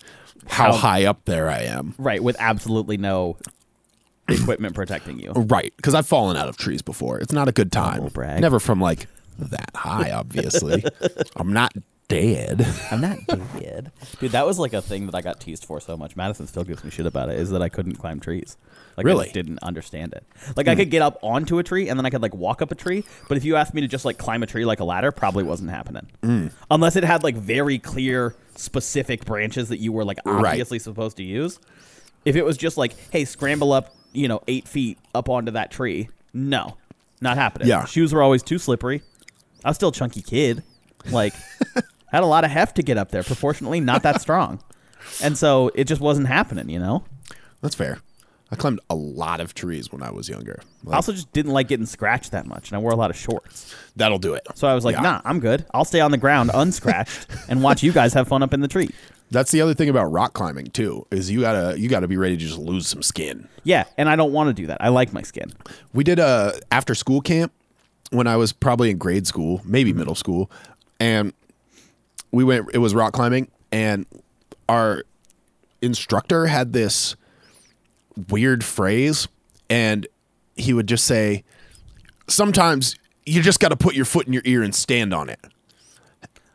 [SPEAKER 2] how
[SPEAKER 3] How-
[SPEAKER 2] high up there i am
[SPEAKER 3] right, with absolutely no equipment protecting you.
[SPEAKER 2] Right, because I've fallen out of trees before. It's not a good time.
[SPEAKER 3] Oh, brag.
[SPEAKER 2] Never from like that high,
[SPEAKER 3] [laughs]
[SPEAKER 2] obviously. I'm not dead. [laughs]
[SPEAKER 3] I'm not David. Dude, that was like a thing that I got teased for so much. Madison still gives me shit about it. Is that I couldn't climb trees. Like I
[SPEAKER 2] Really? Hmm.
[SPEAKER 3] just didn't understand it. Like I could get up onto a tree and then I could like walk up a tree, but if you asked me to just like climb a tree like a ladder, probably wasn't happening.
[SPEAKER 2] Mm.
[SPEAKER 3] Unless it had like very clear specific branches that you were like
[SPEAKER 2] Right.
[SPEAKER 3] obviously supposed to use. If it was just like, hey, scramble up, you know, 8 feet up onto that tree. No. Not happening.
[SPEAKER 2] Yeah.
[SPEAKER 3] Shoes were always too slippery. I was still a chunky kid.
[SPEAKER 2] [laughs]
[SPEAKER 3] Like, had a lot of heft to get up there. Proportionately, not that strong. And so it just wasn't happening, you know?
[SPEAKER 2] That's fair. I climbed a lot of trees when I was younger.
[SPEAKER 3] I
[SPEAKER 2] Like,
[SPEAKER 3] also just didn't like getting scratched that much, and I wore a lot of shorts.
[SPEAKER 2] that'll do it.
[SPEAKER 3] So I was like,
[SPEAKER 2] Yeah.
[SPEAKER 3] nah, I'm good. I'll stay on the ground unscratched
[SPEAKER 2] [laughs]
[SPEAKER 3] and watch you guys have fun up in the tree.
[SPEAKER 2] That's the other thing about rock climbing too is you gotta you gotta be ready to just lose some skin.
[SPEAKER 3] Yeah, and I don't want to do that. I like my skin.
[SPEAKER 2] We did a after school camp when I was probably in grade school, maybe middle school, and we went. It was rock climbing, and our instructor had this weird phrase, and he would just say, "Sometimes you just got to put your foot in your ear and stand on it."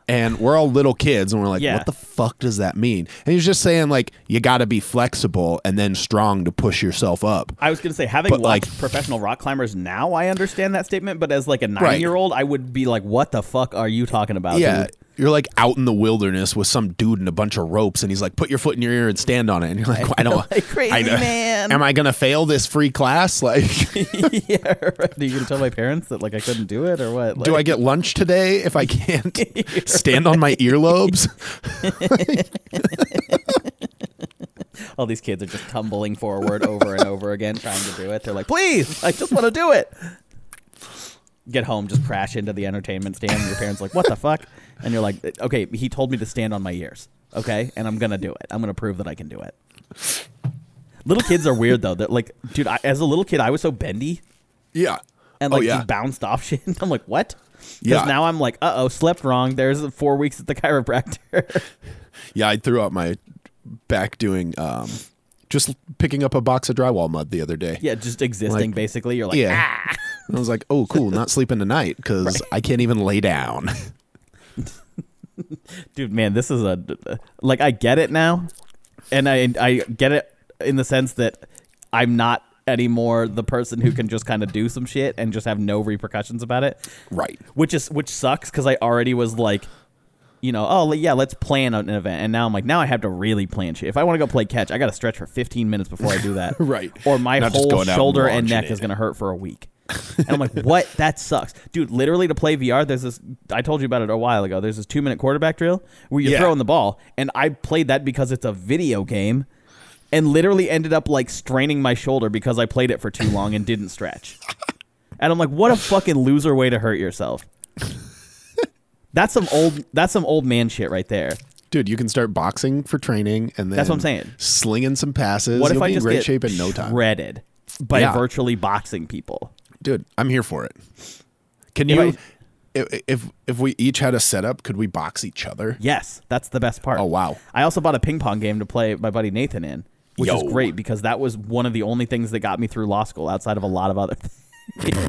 [SPEAKER 2] And we're all little kids, and we're like,
[SPEAKER 3] Yeah.
[SPEAKER 2] "What the fuck does that mean?" And he's just saying like, "You got to be flexible and then strong to push yourself up."
[SPEAKER 3] I was going to say, having
[SPEAKER 2] But, like-
[SPEAKER 3] watched professional rock climbers now, I understand that statement, but as like a nine year old, I would be like, what the fuck are you talking about,
[SPEAKER 2] Yeah.
[SPEAKER 3] dude?
[SPEAKER 2] You're like out in the wilderness with some dude and a bunch of ropes, and he's like, "Put your foot in your ear and stand on it." And you're like, "I don't,
[SPEAKER 3] [laughs] Like, crazy
[SPEAKER 2] I don't-
[SPEAKER 3] man.
[SPEAKER 2] Am I gonna fail this free class? Like, [laughs]
[SPEAKER 3] yeah, right. [laughs] Are you gonna tell my parents that like I couldn't do it or what?
[SPEAKER 2] do I get lunch today if I
[SPEAKER 3] [laughs]
[SPEAKER 2] can't [laughs] stand on my earlobes?" [laughs]
[SPEAKER 3] All these kids are just tumbling forward over and over again, trying to do it. They're like, "Please, I just want to do it." Get home, just crash into the entertainment stand. And your parents are like, "What the fuck?" And you're like, "Okay, he told me to stand on my ears, okay, and I'm gonna do it. I'm gonna prove that I can do it." Little kids are weird though. That like, dude, I, as a little kid, I was so bendy
[SPEAKER 2] yeah.
[SPEAKER 3] and like
[SPEAKER 2] oh yeah.
[SPEAKER 3] just bounced off shit. [laughs] I'm like, what? Because
[SPEAKER 2] Yeah.
[SPEAKER 3] now I'm like, uh oh, slept wrong. There's four weeks at the [laughs] chiropractor. [laughs]
[SPEAKER 2] yeah. I threw out my back doing um, just picking up a box of drywall mud the other day.
[SPEAKER 3] yeah, just existing
[SPEAKER 2] Like-
[SPEAKER 3] basically. You're like,
[SPEAKER 2] Yeah.
[SPEAKER 3] ah.
[SPEAKER 2] And I was like, "Oh, cool. Not sleeping tonight
[SPEAKER 3] [laughs]
[SPEAKER 2] because I can't even lay down." [laughs]
[SPEAKER 3] "Ah, dude man this is a like i get it now and i i get it in the sense that i'm not anymore the person who can just kind of do some shit and just have no repercussions about it
[SPEAKER 2] right.
[SPEAKER 3] which is which sucks because i already was like you know, oh yeah, let's plan an event. And now I'm like, now I have to really plan shit. If I want to go play catch, I got to stretch for 15 minutes before I do
[SPEAKER 2] [laughs]
[SPEAKER 3] that.
[SPEAKER 2] Right.
[SPEAKER 3] Or my
[SPEAKER 2] Not just
[SPEAKER 3] whole
[SPEAKER 2] going out and
[SPEAKER 3] shoulder and
[SPEAKER 2] launching
[SPEAKER 3] neck
[SPEAKER 2] it.
[SPEAKER 3] is going to hurt for a
[SPEAKER 2] [laughs]
[SPEAKER 3] week. and I'm like, what? That sucks, dude. Literally to play VR, there's this. I told you about it a while ago. There's this two minute quarterback drill where you're
[SPEAKER 2] Yeah.
[SPEAKER 3] throwing the ball, and I played that because it's a video game, and literally ended up like straining my shoulder because I played it for too long and didn't stretch. And I'm like, what a fucking loser way to hurt yourself. That's some old. That's some old man shit right there.
[SPEAKER 2] Dude, you can start boxing for training and then
[SPEAKER 3] That's what I'm saying.
[SPEAKER 2] Slinging some passes.
[SPEAKER 3] What
[SPEAKER 2] You'll
[SPEAKER 3] if I
[SPEAKER 2] be
[SPEAKER 3] just
[SPEAKER 2] in great
[SPEAKER 3] get
[SPEAKER 2] shape in no time.
[SPEAKER 3] shredded by
[SPEAKER 2] Yeah.
[SPEAKER 3] virtually boxing people?
[SPEAKER 2] Dude, I'm here for it. Can
[SPEAKER 3] If
[SPEAKER 2] you if, if if we each had a setup, could we box each other?
[SPEAKER 3] Yes, that's the best part.
[SPEAKER 2] Oh, wow.
[SPEAKER 3] I also bought a ping pong game to play my buddy Nathan in, which is
[SPEAKER 2] Yo.
[SPEAKER 3] great because that was one of the only things that got me through law school outside of a lot of other [laughs] things.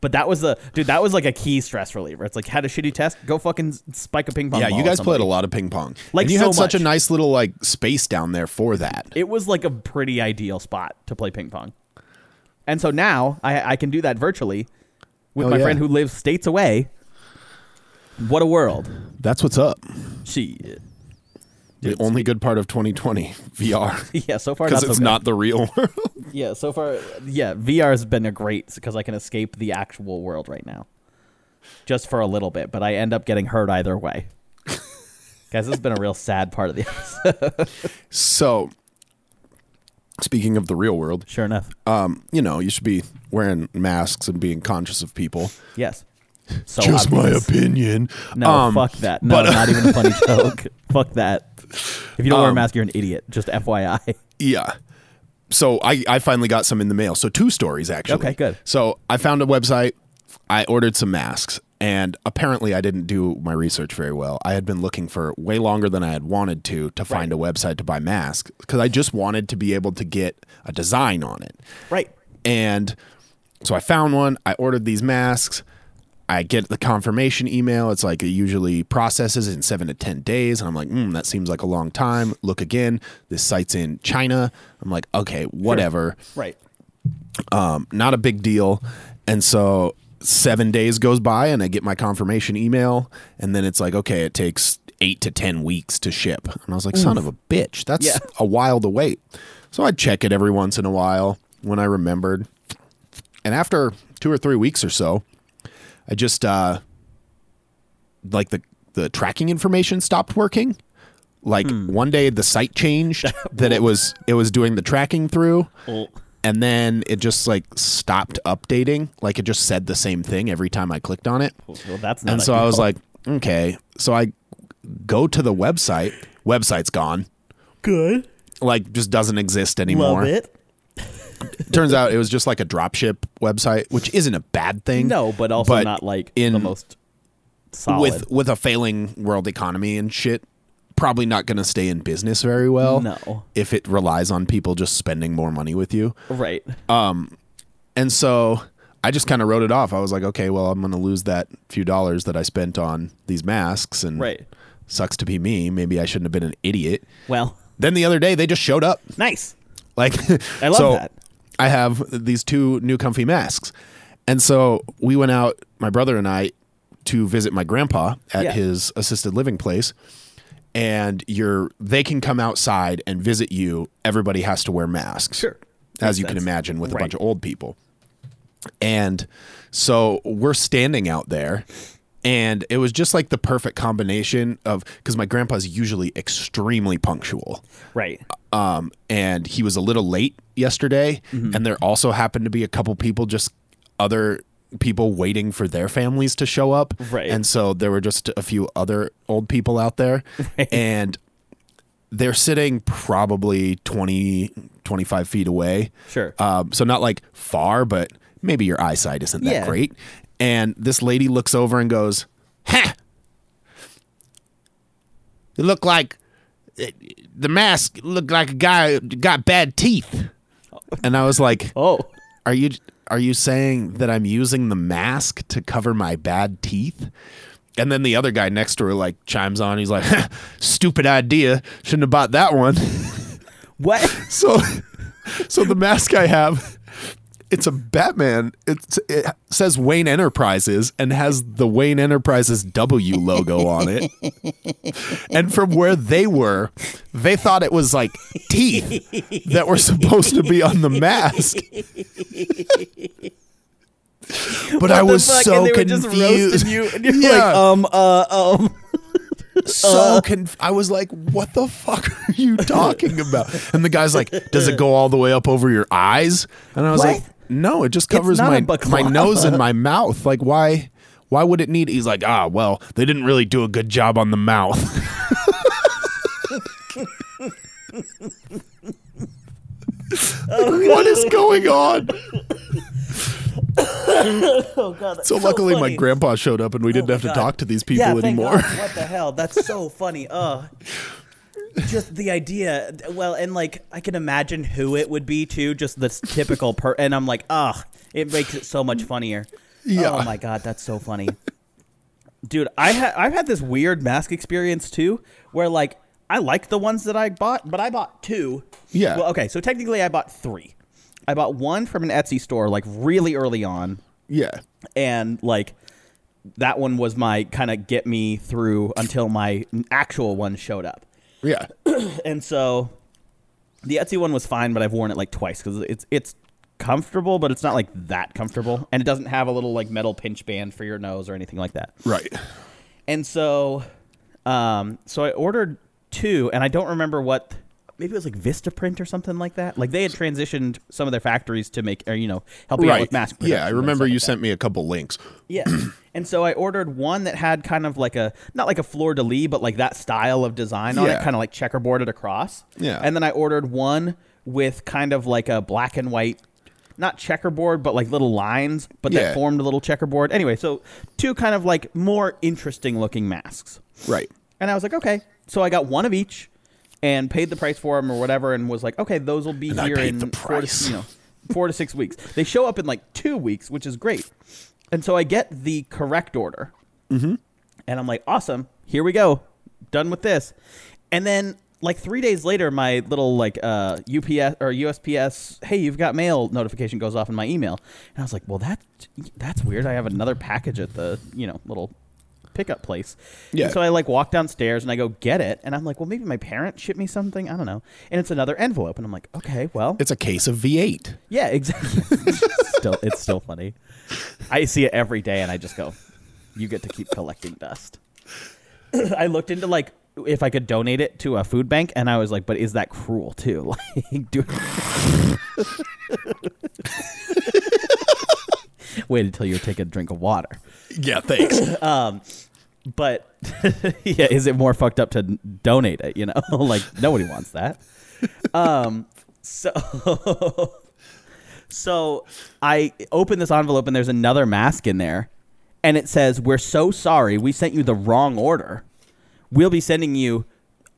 [SPEAKER 3] but that was the dude. That was like a key stress reliever. It's like had a shitty test, go fucking spike a ping pong.
[SPEAKER 2] Yeah,
[SPEAKER 3] ball
[SPEAKER 2] you
[SPEAKER 3] with
[SPEAKER 2] guys played
[SPEAKER 3] somebody.
[SPEAKER 2] a lot of ping pong.
[SPEAKER 3] Like,
[SPEAKER 2] and you
[SPEAKER 3] so
[SPEAKER 2] had such a
[SPEAKER 3] much.
[SPEAKER 2] nice little like space down there for that.
[SPEAKER 3] It was like a pretty ideal spot to play ping pong. And so now I, I can do that virtually with
[SPEAKER 2] Hell
[SPEAKER 3] my
[SPEAKER 2] yeah.
[SPEAKER 3] friend who lives states away. What a world.
[SPEAKER 2] That's what's up.
[SPEAKER 3] Shit.
[SPEAKER 2] The only good part of [laughs] 2020 VR
[SPEAKER 3] Yeah, so far
[SPEAKER 2] because
[SPEAKER 3] so
[SPEAKER 2] it's
[SPEAKER 3] good.
[SPEAKER 2] not the real world.
[SPEAKER 3] Yeah, so far, yeah, VR has been a great because I can escape the actual world right now, just for a little bit. But I end up getting hurt either way. Guys, this has been a real sad part of the [laughs] episode.
[SPEAKER 2] So, speaking of the real world,
[SPEAKER 3] Sure enough,
[SPEAKER 2] um, you know, you should be wearing masks and being conscious of people.
[SPEAKER 3] yes. So
[SPEAKER 2] Just my
[SPEAKER 3] obvious.
[SPEAKER 2] opinion.
[SPEAKER 3] No,
[SPEAKER 2] Um,
[SPEAKER 3] fuck that. No,
[SPEAKER 2] but-
[SPEAKER 3] not even
[SPEAKER 2] [laughs]
[SPEAKER 3] a funny joke. fuck that. If you don't wear a
[SPEAKER 2] Um,
[SPEAKER 3] mask, you're an idiot.
[SPEAKER 2] [laughs]
[SPEAKER 3] Just FYI.
[SPEAKER 2] Yeah. So I, I finally got some in the mail. So two stories actually.
[SPEAKER 3] Okay, good.
[SPEAKER 2] So I found a website. I ordered some masks, and apparently I didn't do my research very well. I had been looking for way longer than I had wanted to to find a website to buy masks because I just wanted to be able to get a design on it.
[SPEAKER 3] Right.
[SPEAKER 2] And so I found one. I ordered these masks. I get the confirmation email. It's like it usually processes in seven to 10 days. And I'm like, hmm, that seems like a long time. Look again. This site's in China. I'm like, okay, whatever.
[SPEAKER 3] Right.
[SPEAKER 2] Um, not a big deal. And so seven days goes by and I get my confirmation email. And then it's like, okay, it takes eight to 10 weeks to ship. And I was like, son of a bitch, that's
[SPEAKER 3] Yeah.
[SPEAKER 2] a while to wait. So I check it every once in a while when I remembered. And after two or three weeks or so, I just, uh, like the, the tracking information stopped working. Like one day the site changed that it was it was doing the tracking through
[SPEAKER 3] Oh.
[SPEAKER 2] and then it just like stopped updating like it just said the same thing every time i clicked on it
[SPEAKER 3] Well, that's not.
[SPEAKER 2] and so i was
[SPEAKER 3] ideal.
[SPEAKER 2] like okay so i go to the website website's gone
[SPEAKER 3] good.
[SPEAKER 2] like just doesn't exist anymore
[SPEAKER 3] it.
[SPEAKER 2] turns out it was just like a dropship website which isn't a bad thing
[SPEAKER 3] No, but also not like
[SPEAKER 2] in-
[SPEAKER 3] the most solid.
[SPEAKER 2] with with a failing world economy and shit probably not going to stay in business very well
[SPEAKER 3] No.
[SPEAKER 2] if it relies on people just spending more money with you
[SPEAKER 3] right.
[SPEAKER 2] uh, And so I just kind of wrote it off. I was like, okay, well, I'm going to lose that few dollars that I spent on these masks and
[SPEAKER 3] Right.
[SPEAKER 2] sucks to be me. Maybe I shouldn't have been an idiot.
[SPEAKER 3] well,
[SPEAKER 2] Then the other day they just showed up.
[SPEAKER 3] nice.
[SPEAKER 2] Like
[SPEAKER 3] [laughs] I love
[SPEAKER 2] so
[SPEAKER 3] that.
[SPEAKER 2] I have these two new comfy masks. And so we went out my brother and I to visit my grandpa at
[SPEAKER 3] Yeah.
[SPEAKER 2] his assisted living place and you're they can come outside and visit you. Everybody has to wear masks.
[SPEAKER 3] Sure.
[SPEAKER 2] As
[SPEAKER 3] Makes
[SPEAKER 2] you can
[SPEAKER 3] sense.
[SPEAKER 2] imagine with a
[SPEAKER 3] Right.
[SPEAKER 2] bunch of old people. And so we're standing out there and it was just like the perfect combination of cuz my grandpa's usually extremely punctual
[SPEAKER 3] Right.
[SPEAKER 2] um, and he was a little late yesterday.
[SPEAKER 3] Mm-hmm.
[SPEAKER 2] And there also happened to be a couple people, just other people waiting for their families to show up.
[SPEAKER 3] Right.
[SPEAKER 2] And so there were just a few other old people out
[SPEAKER 3] [laughs]
[SPEAKER 2] there. And they're sitting probably 20, 25 feet away.
[SPEAKER 3] Sure.
[SPEAKER 2] Um, so not like far, but maybe your eyesight isn't that
[SPEAKER 3] Yeah.
[SPEAKER 2] great. And this lady looks over and goes, "Ha! You look like the mask looked like a guy who got bad teeth." And I was like,
[SPEAKER 3] oh.
[SPEAKER 2] "Are you are you saying that I'm using the mask to cover my bad teeth?" And then the other guy next to her like chimes on. He's like, [laughs] "Ha, "Stupid idea. Shouldn't have bought that one."
[SPEAKER 3] What?
[SPEAKER 2] So, so the mask I have it's a Batman. It's, it says Wayne Enterprises and has the Wayne Enterprises W logo on it. and from where they were, they thought it was like teeth that were supposed to be on the mask. [laughs] but I was
[SPEAKER 3] The fuck?
[SPEAKER 2] so
[SPEAKER 3] and they
[SPEAKER 2] confused.
[SPEAKER 3] Were just roasting you, and
[SPEAKER 2] [laughs]
[SPEAKER 3] you're
[SPEAKER 2] Yeah.
[SPEAKER 3] like, um, uh, um. Uh-huh.
[SPEAKER 2] so conf- I was like, "What the fuck [laughs] are you talking about?" And the guy's like, "Does it go all the way up over your eyes?" And I was
[SPEAKER 3] What?
[SPEAKER 2] like, "No, it just covers
[SPEAKER 3] not
[SPEAKER 2] my
[SPEAKER 3] a baklava."
[SPEAKER 2] my nose
[SPEAKER 3] [laughs]
[SPEAKER 2] and my mouth. Like, why why would it need?" He's like, "Ah, well, they didn't really do a good job on the mouth." [laughs] what is going
[SPEAKER 3] [laughs]
[SPEAKER 2] on?
[SPEAKER 3] Oh god. that's
[SPEAKER 2] So, luckily,
[SPEAKER 3] funny. Oh
[SPEAKER 2] my grandpa showed up, and we didn't have to
[SPEAKER 3] God.
[SPEAKER 2] talk to these people
[SPEAKER 3] yeah, thank
[SPEAKER 2] anymore.
[SPEAKER 3] God. What the hell?
[SPEAKER 2] [laughs]
[SPEAKER 3] That's so funny. Uh just the idea. Well, and like I can imagine who it would be too. Just this typical per. And I'm like, ugh, it makes it so much funnier.
[SPEAKER 2] Yeah.
[SPEAKER 3] Oh my god, that's so funny. Dude, I ha- I've had this weird mask experience too, where like I like the ones that I bought, but I bought two.
[SPEAKER 2] Yeah.
[SPEAKER 3] Well, okay, so technically I bought three. I bought one from an Etsy store like really early on
[SPEAKER 2] [laughs] yeah,
[SPEAKER 3] and like that one was my kind of get me through until my actual one showed up
[SPEAKER 2] yeah,
[SPEAKER 3] and so the Etsy one was fine, but I've worn it like twice because it's it's comfortable, but it's not like that comfortable, and it doesn't have a little like metal pinch band for your nose or anything like that.
[SPEAKER 2] right.
[SPEAKER 3] And so, um, so I ordered two, and I don't remember what. Maybe it was like Vistaprint or something like that. Like they had transitioned some of their factories to make, or you know, helping out
[SPEAKER 2] Right.
[SPEAKER 3] with mask.
[SPEAKER 2] Yeah, I
[SPEAKER 3] production and
[SPEAKER 2] remember
[SPEAKER 3] stuff
[SPEAKER 2] you
[SPEAKER 3] like that.
[SPEAKER 2] sent me a couple links.
[SPEAKER 3] Yeah.
[SPEAKER 2] [clears throat]
[SPEAKER 3] and so I ordered one that had kind of like a not like a fleur de lis, but like that style of design on it,
[SPEAKER 2] Yeah.
[SPEAKER 3] kind of like checkerboarded across.
[SPEAKER 2] Yeah.
[SPEAKER 3] And then I ordered one with kind of like a black and white not checkerboard, but like little lines, but
[SPEAKER 2] Yeah.
[SPEAKER 3] that formed a little checkerboard. Anyway, so two kind of like more interesting looking masks.
[SPEAKER 2] Right.
[SPEAKER 3] And I was like, okay. So I got one of each and paid the price for them or whatever and was like, okay, those will be
[SPEAKER 2] And I
[SPEAKER 3] here
[SPEAKER 2] paid
[SPEAKER 3] in
[SPEAKER 2] the
[SPEAKER 3] four to,
[SPEAKER 2] price.
[SPEAKER 3] you know, four to six weeks. They show up in like two weeks, which is great. And so I get the correct order.
[SPEAKER 2] Mm-hmm.
[SPEAKER 3] And I'm like, awesome, here we go. Done with this. And then like three days later, my little like uh, UPS or USPS, hey, you've got mail notification goes off in my email. And I was like, well, that that's weird. I have another package at the, you know, little pickup place. And
[SPEAKER 2] Yeah.
[SPEAKER 3] so I like walk downstairs and I go get it. And I'm like, well, maybe my parents shipped me something. I don't know. And it's another envelope. And I'm like, okay, well,
[SPEAKER 2] It's a case of V8.
[SPEAKER 3] yeah, exactly. [laughs] still, it's still funny. I see it every day, and I just go, "You get to keep collecting dust." [clears throat] I looked into like if I could donate it to a food bank, and I was like, "But is that cruel too?" [laughs] Like, do [laughs] wait until you take a drink of water.
[SPEAKER 2] Yeah, thanks.
[SPEAKER 3] But yeah, is it more fucked up to n- donate it? You know, [laughs] like nobody wants that. Um, so [laughs] so I open this envelope and there's another mask in there, and it says, "We're so sorry, we sent you the wrong order. We'll be sending you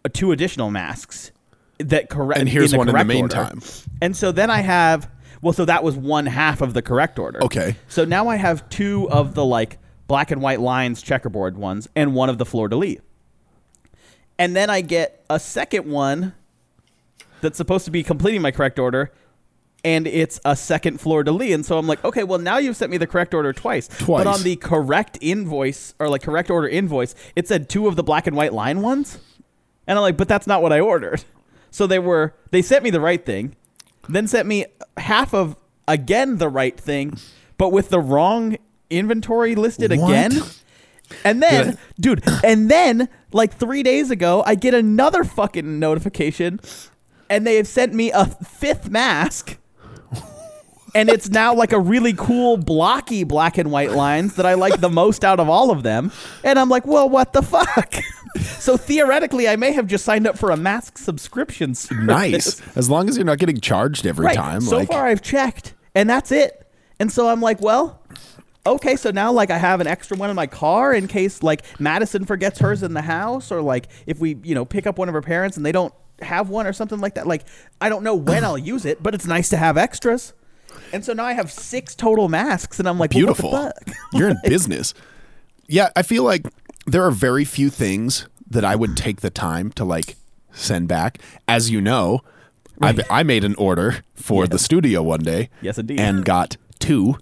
[SPEAKER 3] uh, two additional masks that correct."
[SPEAKER 2] And here's
[SPEAKER 3] in the
[SPEAKER 2] one in the
[SPEAKER 3] correct order."
[SPEAKER 2] meantime.
[SPEAKER 3] And so then I have well, so that was one half of the correct order.
[SPEAKER 2] Okay.
[SPEAKER 3] So now I have two of the like black and white lines checkerboard ones and one of the fleur de lis. And then I get a second one that's supposed to be completing my correct order, and it's a second fleur de lis. And so I'm like, okay, well, now you've sent me the correct order twice.
[SPEAKER 2] Twice.
[SPEAKER 3] But on the correct invoice, or like correct order invoice, it said two of the black and white line ones. And I'm like, but that's not what I ordered. So they were, they sent me the right thing, then sent me half of, again, the right thing, but with the wrong inventory listed
[SPEAKER 2] What?
[SPEAKER 3] again. And then, dude, and then like three days ago, I get another fucking notification, and they have sent me a fifth mask. And it's now like a really cool blocky black and white lines that I like the most out of all of them. And I'm like, well, what the fuck? [laughs] so theoretically, I may have just signed up for a mask subscription.
[SPEAKER 2] [laughs]
[SPEAKER 3] service.
[SPEAKER 2] nice. [laughs] As long as you're not getting charged every
[SPEAKER 3] Right.
[SPEAKER 2] time.
[SPEAKER 3] so
[SPEAKER 2] like,
[SPEAKER 3] far, I've checked, and that's it. And so I'm like, well, okay. So now, like, I have an extra one in my car in case, like, Madison forgets hers in the house, or like, if we, you know, pick up one of her parents and they don't have one or something like that. Like, I don't know when I'll use it, but it's nice to have extras. And so now I have six total masks, and I'm like, well, what the
[SPEAKER 2] beautiful.
[SPEAKER 3] fuck? [laughs]
[SPEAKER 2] you're in business. Yeah, I feel like there are very few things that I would take the time to like send back. As you know, I, I made an order for the studio one day.
[SPEAKER 3] Yes, indeed.
[SPEAKER 2] And got two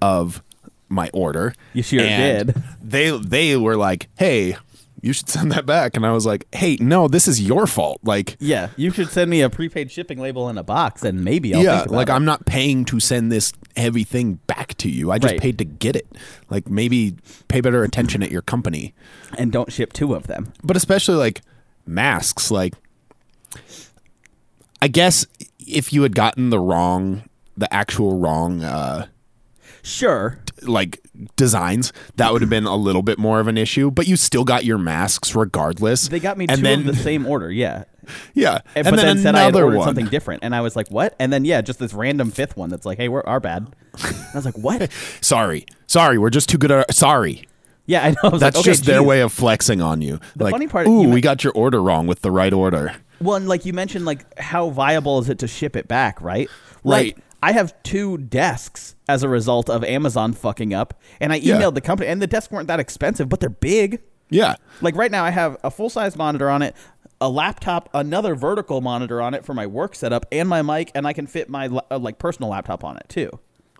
[SPEAKER 2] of my order.
[SPEAKER 3] You sure
[SPEAKER 2] And
[SPEAKER 3] did.
[SPEAKER 2] They they were like, "Hey, you should send that back," and I was like, "Hey, no, this is your fault." Like,
[SPEAKER 3] Yeah, you should send me a prepaid shipping label in a box, and maybe I'll
[SPEAKER 2] yeah,
[SPEAKER 3] think about
[SPEAKER 2] like
[SPEAKER 3] it.
[SPEAKER 2] I'm not paying to send this heavy thing back to you. I just
[SPEAKER 3] Right.
[SPEAKER 2] paid to get it. Like, maybe pay better attention at your company.
[SPEAKER 3] and don't ship two of them.
[SPEAKER 2] but especially like masks like i guess if you had gotten the wrong the actual wrong uh
[SPEAKER 3] Sure,
[SPEAKER 2] like designs that would have been a little bit more of an issue but you still got your masks regardless
[SPEAKER 3] they got me
[SPEAKER 2] and
[SPEAKER 3] two
[SPEAKER 2] then
[SPEAKER 3] of
[SPEAKER 2] [laughs]
[SPEAKER 3] the same order. Yeah,
[SPEAKER 2] yeah
[SPEAKER 3] and, Eh, but then, said I had
[SPEAKER 2] another
[SPEAKER 3] ordered
[SPEAKER 2] one.
[SPEAKER 3] something different, and I was like, "What?" And then yeah, just this random fifth one that's like, "Hey, we're our bad." And I was
[SPEAKER 2] [laughs]
[SPEAKER 3] like, "What?"
[SPEAKER 2] sorry sorry we're just too good at sorry
[SPEAKER 3] Yeah, I know. I was
[SPEAKER 2] that's
[SPEAKER 3] like, okay,
[SPEAKER 2] just their
[SPEAKER 3] geez.
[SPEAKER 2] way of flexing on you like
[SPEAKER 3] funny part-
[SPEAKER 2] ooh
[SPEAKER 3] you
[SPEAKER 2] we
[SPEAKER 3] men-
[SPEAKER 2] got your order wrong with the right order
[SPEAKER 3] Well, and like you mentioned, like how viable is it to ship it back, right? Like
[SPEAKER 2] Right.
[SPEAKER 3] I have two desks as a result of Amazon fucking up, and I emailed
[SPEAKER 2] Yeah.
[SPEAKER 3] the company, and the desks weren't that expensive, but they're big.
[SPEAKER 2] yeah
[SPEAKER 3] Like right now, I have a full size monitor on it, a laptop, another vertical monitor on it for my work setup, and my mic, and I can fit my la- uh, like personal laptop on it too.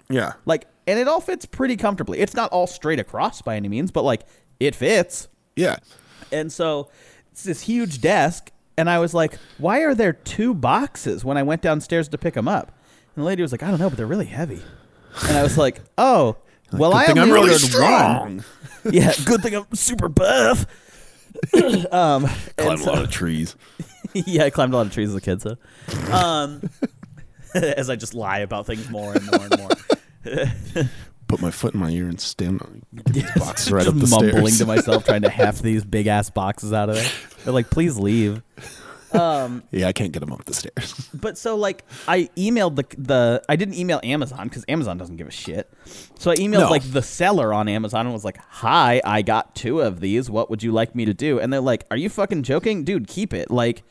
[SPEAKER 2] yeah
[SPEAKER 3] Like, and it all fits pretty comfortably. It's not all straight across by any means, but like it fits.
[SPEAKER 2] yeah
[SPEAKER 3] And so it's this huge desk. And I was like, why are there two boxes when I went downstairs to pick them up? And the lady was like, I don't know, but they're really heavy. And I was like, [laughs] oh, well,
[SPEAKER 2] Good
[SPEAKER 3] I
[SPEAKER 2] thing
[SPEAKER 3] only
[SPEAKER 2] i'm really
[SPEAKER 3] ordered
[SPEAKER 2] strong
[SPEAKER 3] one.
[SPEAKER 2] [laughs]
[SPEAKER 3] Yeah, good thing I'm super buff. [laughs] um,
[SPEAKER 2] climb
[SPEAKER 3] and
[SPEAKER 2] a
[SPEAKER 3] so-
[SPEAKER 2] lot of trees
[SPEAKER 3] yeah, I climbed a lot of trees as a kid, so. Um, [laughs] as I just lie about things more and more and more.
[SPEAKER 2] put my foot in my ear and stand on
[SPEAKER 3] [laughs]
[SPEAKER 2] these boxes right
[SPEAKER 3] just
[SPEAKER 2] up the
[SPEAKER 3] mumbling
[SPEAKER 2] stairs.
[SPEAKER 3] to myself, trying to half these big ass boxes out of there. They're like, please leave.
[SPEAKER 2] [laughs] yeah, I can't get them up the stairs. [laughs]
[SPEAKER 3] But so like I emailed the the I didn't email Amazon because Amazon doesn't give a shit. So I emailed
[SPEAKER 2] No.
[SPEAKER 3] like the seller on Amazon and was like, "Hi, I got two of these. What would you like me to do?" And they're like, "Are you fucking joking, dude? Keep it." Like,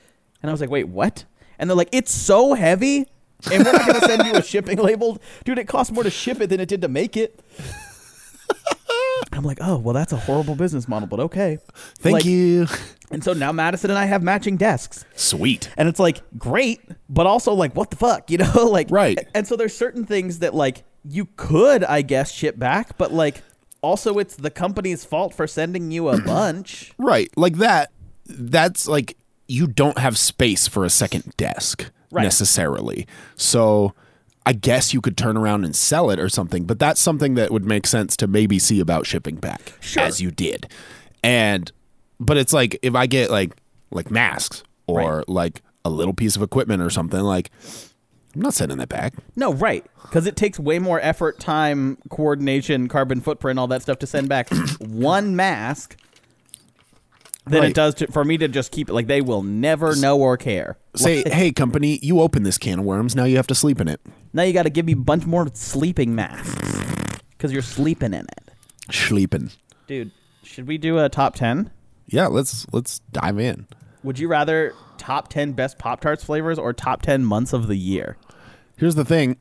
[SPEAKER 3] and I was like, "Wait, what?" And they're like, "It's so heavy, and we're not gonna send
[SPEAKER 2] [laughs]
[SPEAKER 3] you a shipping label, dude. It costs more to ship it than it did to make it." I'm like, "Oh, well, that's a horrible business model, but okay."
[SPEAKER 2] Thank
[SPEAKER 3] Like- [laughs]
[SPEAKER 2] you.
[SPEAKER 3] And so now Madison and I have matching desks.
[SPEAKER 2] Sweet.
[SPEAKER 3] And it's like, great, but also like, what the fuck, [laughs] you know? Like,
[SPEAKER 2] Right.
[SPEAKER 3] And so there's certain things that like you could, I guess, ship back, but like also it's the company's fault for sending
[SPEAKER 2] [coughs]
[SPEAKER 3] you a bunch.
[SPEAKER 2] Right. Like that. That's like you don't have space for a second desk
[SPEAKER 3] Right.
[SPEAKER 2] necessarily. So I guess you could turn around and sell it or something, but that's something that would make sense to maybe see about shipping back
[SPEAKER 3] Sure.
[SPEAKER 2] as you did. And but it's like if I get like like masks or like a little piece of equipment or something like I'm not sending that back.
[SPEAKER 3] No, right. Because it takes way more effort, time, coordination, carbon footprint, all that stuff to
[SPEAKER 2] [coughs]
[SPEAKER 3] send back one mask than
[SPEAKER 2] Right.
[SPEAKER 3] it does to, for me to just keep it. Like, they will never know or care.
[SPEAKER 2] Say, hey, company, you open this can of worms. Now you have to sleep in it.
[SPEAKER 3] Now you got to give me a bunch more sleeping masks because you're sleeping in it.
[SPEAKER 2] Sleeping.
[SPEAKER 3] Dude, should we do a top 10?
[SPEAKER 2] Yeah, let's let's dive in.
[SPEAKER 3] Would you rather top 10 best Pop Tarts flavors or top 10 months of the year?
[SPEAKER 2] Here's the thing,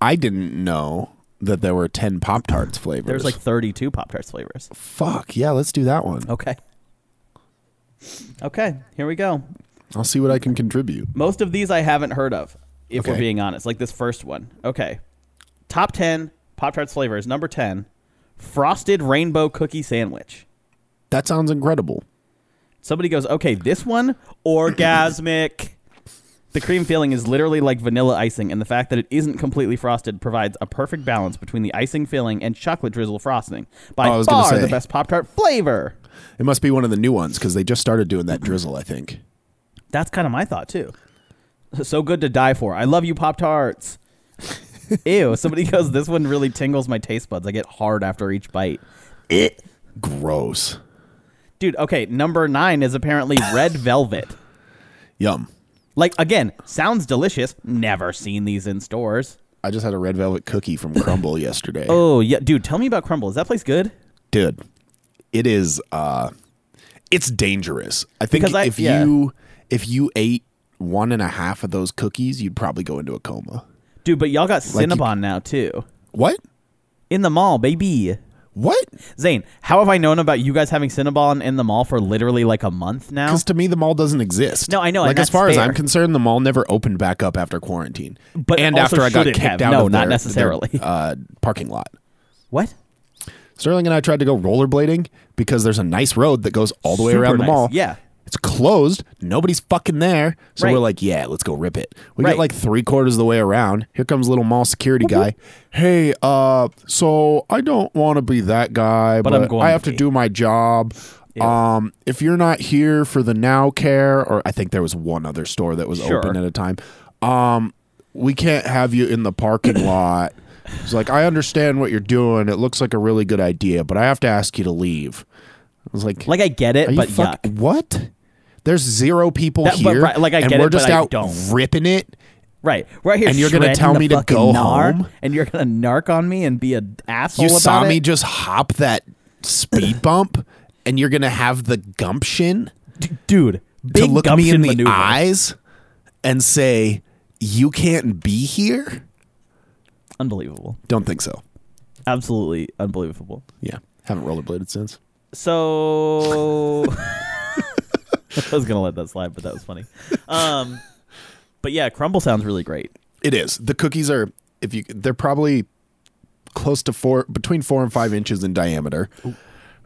[SPEAKER 2] I didn't know that there were ten Pop Tarts flavors.
[SPEAKER 3] There's like 32 Pop Tarts flavors.
[SPEAKER 2] fuck yeah, let's do that one.
[SPEAKER 3] Okay. Okay, here we go.
[SPEAKER 2] I'll see what I can contribute.
[SPEAKER 3] Most of these I haven't heard of, if we're
[SPEAKER 2] Okay.
[SPEAKER 3] being honest. Like this first one. Okay. Top 10 Pop Tarts flavors. Number 10, Frosted Rainbow Cookie Sandwich.
[SPEAKER 2] That sounds incredible.
[SPEAKER 3] Somebody goes, okay, this one, orgasmic. The cream filling is literally like vanilla icing, and the fact that it isn't completely frosted provides a perfect balance between the icing filling and chocolate drizzle frosting. By
[SPEAKER 2] Oh, I was gonna
[SPEAKER 3] far,
[SPEAKER 2] say.
[SPEAKER 3] the best Pop Tart flavor.
[SPEAKER 2] It must be one of the new ones because they just started doing that drizzle. I think.
[SPEAKER 3] That's kind of my thought, too. So good to die for. I love you, Pop
[SPEAKER 2] [laughs]
[SPEAKER 3] Tarts. Ew, somebody goes, this one really tingles my taste buds. I get hard after each bite.
[SPEAKER 2] Gross.
[SPEAKER 3] Dude, okay, number nine is apparently red velvet.
[SPEAKER 2] Yum.
[SPEAKER 3] Like, again, sounds delicious. Never seen these in stores.
[SPEAKER 2] I just had a red velvet cookie
[SPEAKER 3] [coughs]
[SPEAKER 2] from Crumble yesterday.
[SPEAKER 3] Oh yeah, dude, tell me about Crumble. Is that place good?
[SPEAKER 2] dude it is uh it's dangerous i think
[SPEAKER 3] Because I-
[SPEAKER 2] if
[SPEAKER 3] yeah.
[SPEAKER 2] you if you ate one and a half of those cookies you'd probably go into a coma
[SPEAKER 3] Dude, but y'all got
[SPEAKER 2] Like you-
[SPEAKER 3] Cinnabon now too
[SPEAKER 2] what
[SPEAKER 3] in the mall, baby.
[SPEAKER 2] What?
[SPEAKER 3] Zane, how have I known about you guys having Cinnabon in the mall for literally like a month now?
[SPEAKER 2] Because to me, the mall doesn't exist.
[SPEAKER 3] No, I know, and
[SPEAKER 2] Like as
[SPEAKER 3] that's
[SPEAKER 2] far as
[SPEAKER 3] fair.
[SPEAKER 2] I'm concerned, the mall never opened back up after quarantine.
[SPEAKER 3] But
[SPEAKER 2] and
[SPEAKER 3] also
[SPEAKER 2] after I got
[SPEAKER 3] shouldn't
[SPEAKER 2] kicked
[SPEAKER 3] have.
[SPEAKER 2] out
[SPEAKER 3] No,
[SPEAKER 2] of
[SPEAKER 3] not
[SPEAKER 2] their-
[SPEAKER 3] necessarily.
[SPEAKER 2] their, uh, parking lot.
[SPEAKER 3] What?
[SPEAKER 2] Sterling and I tried to go rollerblading because there's a nice road that goes all the way
[SPEAKER 3] Super
[SPEAKER 2] around the
[SPEAKER 3] nice.
[SPEAKER 2] mall.
[SPEAKER 3] Yeah.
[SPEAKER 2] It's closed. Nobody's fucking there. So
[SPEAKER 3] Right.
[SPEAKER 2] we're like, yeah, let's go rip it. We
[SPEAKER 3] Right.
[SPEAKER 2] get like three quarters of the way around. Here comes little mall security guy. Hey, uh, so I don't want to be that guy, but,
[SPEAKER 3] I'm going
[SPEAKER 2] I have
[SPEAKER 3] to
[SPEAKER 2] to
[SPEAKER 3] be."
[SPEAKER 2] do my job. Um, if you're not here for the now care, or I think there was one other store that was
[SPEAKER 3] Sure.
[SPEAKER 2] open at a time. Um, we can't have you in the
[SPEAKER 3] [coughs]
[SPEAKER 2] parking lot. It's like I understand what you're doing. It looks like a really good idea, but I have to ask you to leave. I was like,
[SPEAKER 3] Like I get
[SPEAKER 2] are
[SPEAKER 3] it,
[SPEAKER 2] you
[SPEAKER 3] but
[SPEAKER 2] fuck-
[SPEAKER 3] yuck.
[SPEAKER 2] what? There's zero people
[SPEAKER 3] That- but
[SPEAKER 2] here.
[SPEAKER 3] right, like, I
[SPEAKER 2] and
[SPEAKER 3] get
[SPEAKER 2] we're
[SPEAKER 3] it, but
[SPEAKER 2] just
[SPEAKER 3] I
[SPEAKER 2] out
[SPEAKER 3] don't.
[SPEAKER 2] ripping it.
[SPEAKER 3] Right. Right here.
[SPEAKER 2] And you're gonna
[SPEAKER 3] shredding
[SPEAKER 2] tell
[SPEAKER 3] the
[SPEAKER 2] me to
[SPEAKER 3] fucking
[SPEAKER 2] go
[SPEAKER 3] gnar,
[SPEAKER 2] home?
[SPEAKER 3] And you're gonna narc on me and be an asshole
[SPEAKER 2] You
[SPEAKER 3] about
[SPEAKER 2] saw me
[SPEAKER 3] it?
[SPEAKER 2] just hop that speed
[SPEAKER 3] [coughs]
[SPEAKER 2] bump, and you're gonna have the gumption
[SPEAKER 3] D- dude. Big
[SPEAKER 2] to look me
[SPEAKER 3] gumption
[SPEAKER 2] in the
[SPEAKER 3] maneuver.
[SPEAKER 2] eyes and say, "You can't be here."
[SPEAKER 3] Unbelievable.
[SPEAKER 2] Don't think so.
[SPEAKER 3] Absolutely unbelievable.
[SPEAKER 2] Yeah, haven't rollerbladed since.
[SPEAKER 3] [laughs] So I was gonna let that slide, but that was funny. Um, but yeah, crumble sounds really great.
[SPEAKER 2] It is. The cookies are if you they're probably close to four between four and five inches in diameter.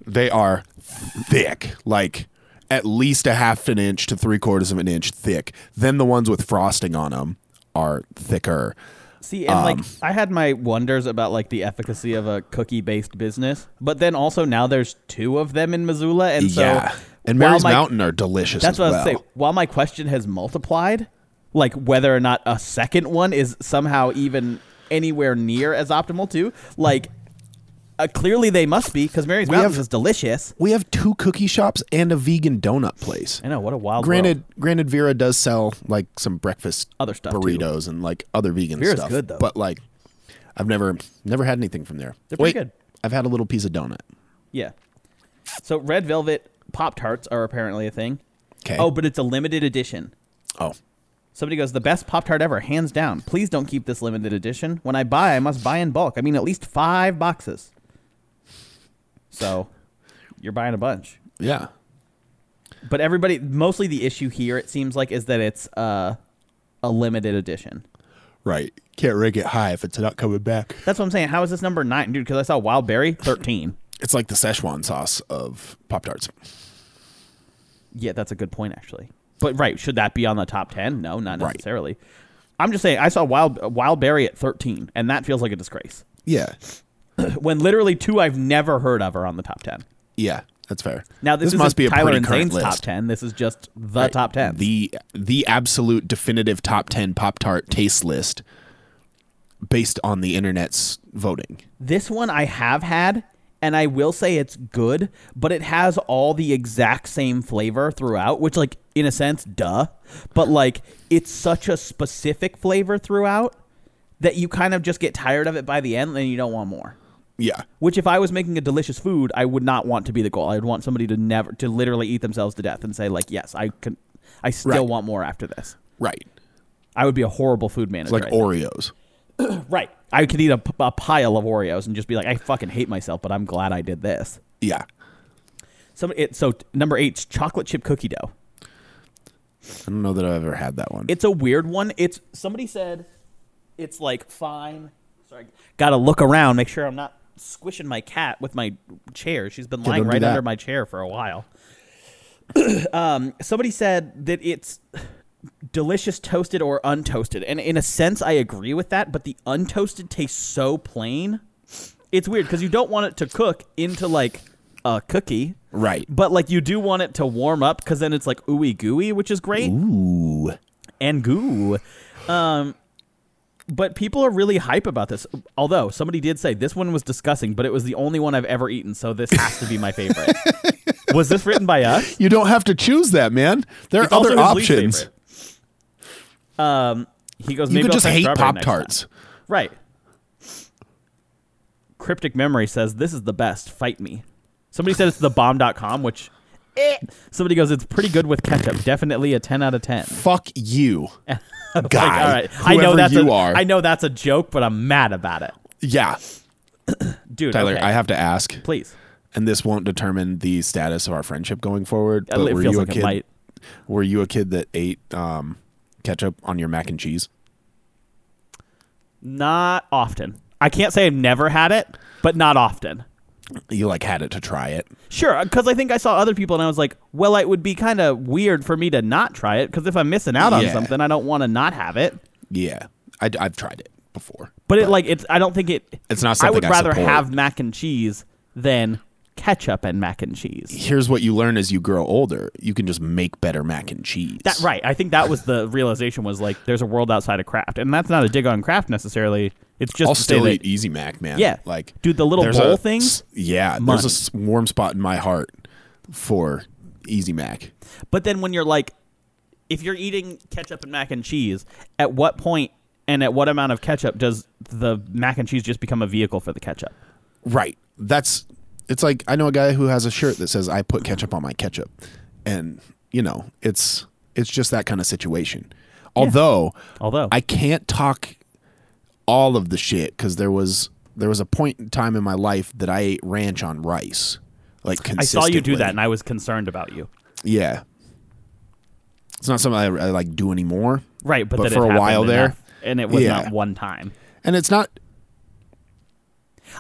[SPEAKER 2] They are thick, like at least a half an inch to three quarters of an inch thick. Then the ones with frosting on them are thicker.
[SPEAKER 3] See, and like I had my wonders about like the efficacy of a cookie-based business, but then also now there's two of them in Missoula, and so
[SPEAKER 2] yeah, and
[SPEAKER 3] while
[SPEAKER 2] Mary's
[SPEAKER 3] my-
[SPEAKER 2] Mountain are delicious. as
[SPEAKER 3] That's what
[SPEAKER 2] well.
[SPEAKER 3] I was saying. While my question has multiplied, like whether or not a second one is somehow even anywhere near as optimal too, like uh, clearly they must be because Mary's Mountain
[SPEAKER 2] have-
[SPEAKER 3] is delicious.
[SPEAKER 2] We have two cookie shops and a vegan donut place.
[SPEAKER 3] I know what a wild.
[SPEAKER 2] Granted,
[SPEAKER 3] world.
[SPEAKER 2] granted, Vera does sell like some breakfast
[SPEAKER 3] Other stuff, too.
[SPEAKER 2] burritos and like other vegan
[SPEAKER 3] Vera's
[SPEAKER 2] stuff.
[SPEAKER 3] good, though.
[SPEAKER 2] But like, I've never never had anything from there.
[SPEAKER 3] They're
[SPEAKER 2] Wait,
[SPEAKER 3] pretty good.
[SPEAKER 2] I've had a little piece of donut.
[SPEAKER 3] yeah. So red velvet pop tarts are apparently a thing.
[SPEAKER 2] Okay.
[SPEAKER 3] Oh, but it's a limited edition.
[SPEAKER 2] oh,
[SPEAKER 3] Somebody goes, the best Pop Tart ever, hands down. Please don't keep this limited edition. When I buy, I must buy in bulk. I mean, at least five boxes. So you're buying a bunch.
[SPEAKER 2] yeah.
[SPEAKER 3] But everybody, mostly the issue here, it seems like, is that it's uh, a limited edition.
[SPEAKER 2] Right. Can't rank it high if it's not coming back.
[SPEAKER 3] That's what I'm saying. How is this number nine, dude? Because I saw Wild Berry 13.
[SPEAKER 2] It's like the Szechuan sauce of Pop Tarts.
[SPEAKER 3] Yeah, that's a good point actually. But right, should that be on the top ten? No, not
[SPEAKER 2] Right.
[SPEAKER 3] necessarily. I'm just saying. I saw Wild Wild Berry at 13, and that feels like a disgrace. [laughs]
[SPEAKER 2] Yeah.
[SPEAKER 3] When literally two I've never heard of are on the top ten.
[SPEAKER 2] Yeah. That's fair.
[SPEAKER 3] Now this,
[SPEAKER 2] this must
[SPEAKER 3] isn't
[SPEAKER 2] be a
[SPEAKER 3] Tyler
[SPEAKER 2] pretty
[SPEAKER 3] and
[SPEAKER 2] current
[SPEAKER 3] Zane's
[SPEAKER 2] list.
[SPEAKER 3] top ten. This is just the
[SPEAKER 2] Right.
[SPEAKER 3] top ten.
[SPEAKER 2] The the absolute definitive top ten Pop Tart taste list based on the internet's voting.
[SPEAKER 3] This one I have had, and I will say it's good, but it has all the exact same flavor throughout, which, like, in a sense, duh. But, like, it's such a specific flavor throughout that you kind of just get tired of it by the end and you don't want more.
[SPEAKER 2] Yeah.
[SPEAKER 3] Which, if I was making a delicious food, I would not want to be the goal. I'd want somebody to never, to literally eat themselves to death and say, like, yes, I can, I still
[SPEAKER 2] Right.
[SPEAKER 3] want more after this.
[SPEAKER 2] Right. I
[SPEAKER 3] I would be a horrible food manager.
[SPEAKER 2] like
[SPEAKER 3] right now.
[SPEAKER 2] Oreos.
[SPEAKER 3] Right. I could eat a, p- a pile of Oreos and just be like, I fucking hate myself, but I'm glad I did this.
[SPEAKER 2] Yeah.
[SPEAKER 3] Some, it, so t- number eight's chocolate chip cookie dough.
[SPEAKER 2] I don't know that I've ever had that one.
[SPEAKER 3] It's a weird one. It's somebody said it's like fine. Sorry, gotta look around, make sure I'm not squishing my cat with my chair. She's been lying
[SPEAKER 2] don't do
[SPEAKER 3] right
[SPEAKER 2] that.
[SPEAKER 3] under my chair for a while. [clears throat] um, somebody said that it's delicious toasted or untoasted, and in a sense, I agree with that. But the untoasted tastes so plain. It's weird because you don't want it to cook into like a cookie.
[SPEAKER 2] right.
[SPEAKER 3] But like you do want it to warm up because then it's like ooey gooey, which is great
[SPEAKER 2] Ooh.
[SPEAKER 3] and goo. Um, but people are really hype about this. Although somebody did say this one was disgusting, but it was the only one I've ever eaten, so this has to be my favorite.
[SPEAKER 2] [laughs]
[SPEAKER 3] was this written by us?
[SPEAKER 2] You don't have to choose that, man. There are
[SPEAKER 3] It's also
[SPEAKER 2] other
[SPEAKER 3] his least
[SPEAKER 2] options.
[SPEAKER 3] favorite. Um, he goes.
[SPEAKER 2] You
[SPEAKER 3] Maybe
[SPEAKER 2] could
[SPEAKER 3] I'll
[SPEAKER 2] just
[SPEAKER 3] try
[SPEAKER 2] hate
[SPEAKER 3] strawberry
[SPEAKER 2] Pop
[SPEAKER 3] next time."
[SPEAKER 2] Tarts.
[SPEAKER 3] right? Cryptic memory says this is the best. Fight me. Somebody said it's the bomb.com, which. eh. Somebody goes, it's pretty good with ketchup. Definitely a 10 out of 10.
[SPEAKER 2] Fuck
[SPEAKER 3] [laughs]
[SPEAKER 2] you.
[SPEAKER 3] Like,
[SPEAKER 2] Guy.
[SPEAKER 3] all right. I know
[SPEAKER 2] whoever
[SPEAKER 3] that's
[SPEAKER 2] you
[SPEAKER 3] a,
[SPEAKER 2] are.
[SPEAKER 3] I know that's a joke, but I'm mad about it.
[SPEAKER 2] Yeah.
[SPEAKER 3] dude.
[SPEAKER 2] Tyler,
[SPEAKER 3] okay.
[SPEAKER 2] I have to ask,
[SPEAKER 3] please.
[SPEAKER 2] and this won't determine the status of our friendship going forward.
[SPEAKER 3] Uh, It
[SPEAKER 2] were
[SPEAKER 3] feels
[SPEAKER 2] you
[SPEAKER 3] like
[SPEAKER 2] a
[SPEAKER 3] it
[SPEAKER 2] kid?
[SPEAKER 3] might.
[SPEAKER 2] Were you a kid that ate um, ketchup on your mac and cheese?
[SPEAKER 3] Not often. I can't say I've never had it, but not often.
[SPEAKER 2] You like had it to try it.
[SPEAKER 3] Sure, because I think I saw other people and I was like, well, it would be kind of weird for me to not try it because if I'm missing out on
[SPEAKER 2] Yeah.
[SPEAKER 3] something, I don't want to not have it.
[SPEAKER 2] Yeah, I, have tried it before.
[SPEAKER 3] But it like it's I don't think it.
[SPEAKER 2] It's not
[SPEAKER 3] I
[SPEAKER 2] something
[SPEAKER 3] would
[SPEAKER 2] I
[SPEAKER 3] rather
[SPEAKER 2] support.
[SPEAKER 3] have mac and cheese than ketchup and mac and cheese.
[SPEAKER 2] Here's what you learn as you grow older: you can just make better mac and cheese.
[SPEAKER 3] That right. I think that was the realization was like there's a world outside of craft, and that's not a dig on craft necessarily. It's just
[SPEAKER 2] I'll
[SPEAKER 3] to say
[SPEAKER 2] still
[SPEAKER 3] that-
[SPEAKER 2] eat e- Easy Mac, man.
[SPEAKER 3] Yeah.
[SPEAKER 2] like
[SPEAKER 3] Dude, the little
[SPEAKER 2] there's
[SPEAKER 3] bowl
[SPEAKER 2] a-
[SPEAKER 3] things?
[SPEAKER 2] Yeah,
[SPEAKER 3] Money.
[SPEAKER 2] there's a s- warm spot in my heart for Easy Mac.
[SPEAKER 3] But then when you're like, if you're eating ketchup and mac and cheese, at what point and at what amount of ketchup does the mac and cheese just become a vehicle for the ketchup?
[SPEAKER 2] Right. That's it's like I know a guy who has a shirt that says I put ketchup on my ketchup. And you know, it's it's just that kind of situation. Although
[SPEAKER 3] Although
[SPEAKER 2] I can't talk all of the shit cuz there was there was a point in time in my life that I ate ranch on rice. Like
[SPEAKER 3] I
[SPEAKER 2] consistently.
[SPEAKER 3] saw you do that and I was concerned about you.
[SPEAKER 2] Yeah. It's not something I, I like do anymore.
[SPEAKER 3] Right, but,
[SPEAKER 2] But
[SPEAKER 3] then
[SPEAKER 2] for
[SPEAKER 3] it
[SPEAKER 2] a
[SPEAKER 3] happened
[SPEAKER 2] while there,
[SPEAKER 3] enough, and it was
[SPEAKER 2] yeah.
[SPEAKER 3] not one time.
[SPEAKER 2] And it's not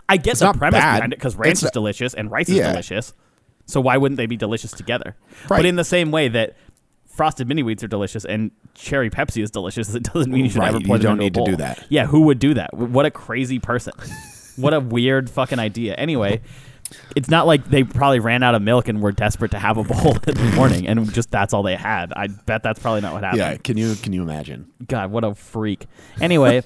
[SPEAKER 3] I get the
[SPEAKER 2] not
[SPEAKER 3] premise
[SPEAKER 2] bad.
[SPEAKER 3] behind it because ranch
[SPEAKER 2] It's
[SPEAKER 3] is
[SPEAKER 2] not-
[SPEAKER 3] delicious and rice is
[SPEAKER 2] Yeah.
[SPEAKER 3] delicious. So why wouldn't they be delicious together? But
[SPEAKER 2] Right.
[SPEAKER 3] in the same way that frosted mini wheats are delicious and cherry Pepsi is delicious, [laughs] it doesn't mean you should
[SPEAKER 2] Right,
[SPEAKER 3] ever
[SPEAKER 2] you
[SPEAKER 3] pour them
[SPEAKER 2] don't
[SPEAKER 3] into a
[SPEAKER 2] need to do
[SPEAKER 3] bowl.
[SPEAKER 2] that.
[SPEAKER 3] Yeah, who would do that? W- What a crazy person. what a weird fucking idea. Anyway, it's not like they probably ran out of milk and were desperate to have a bowl [laughs] in the morning and just that's all they had. I bet that's probably not what happened.
[SPEAKER 2] yeah, can you can you imagine?
[SPEAKER 3] God, what a freak. Anyway,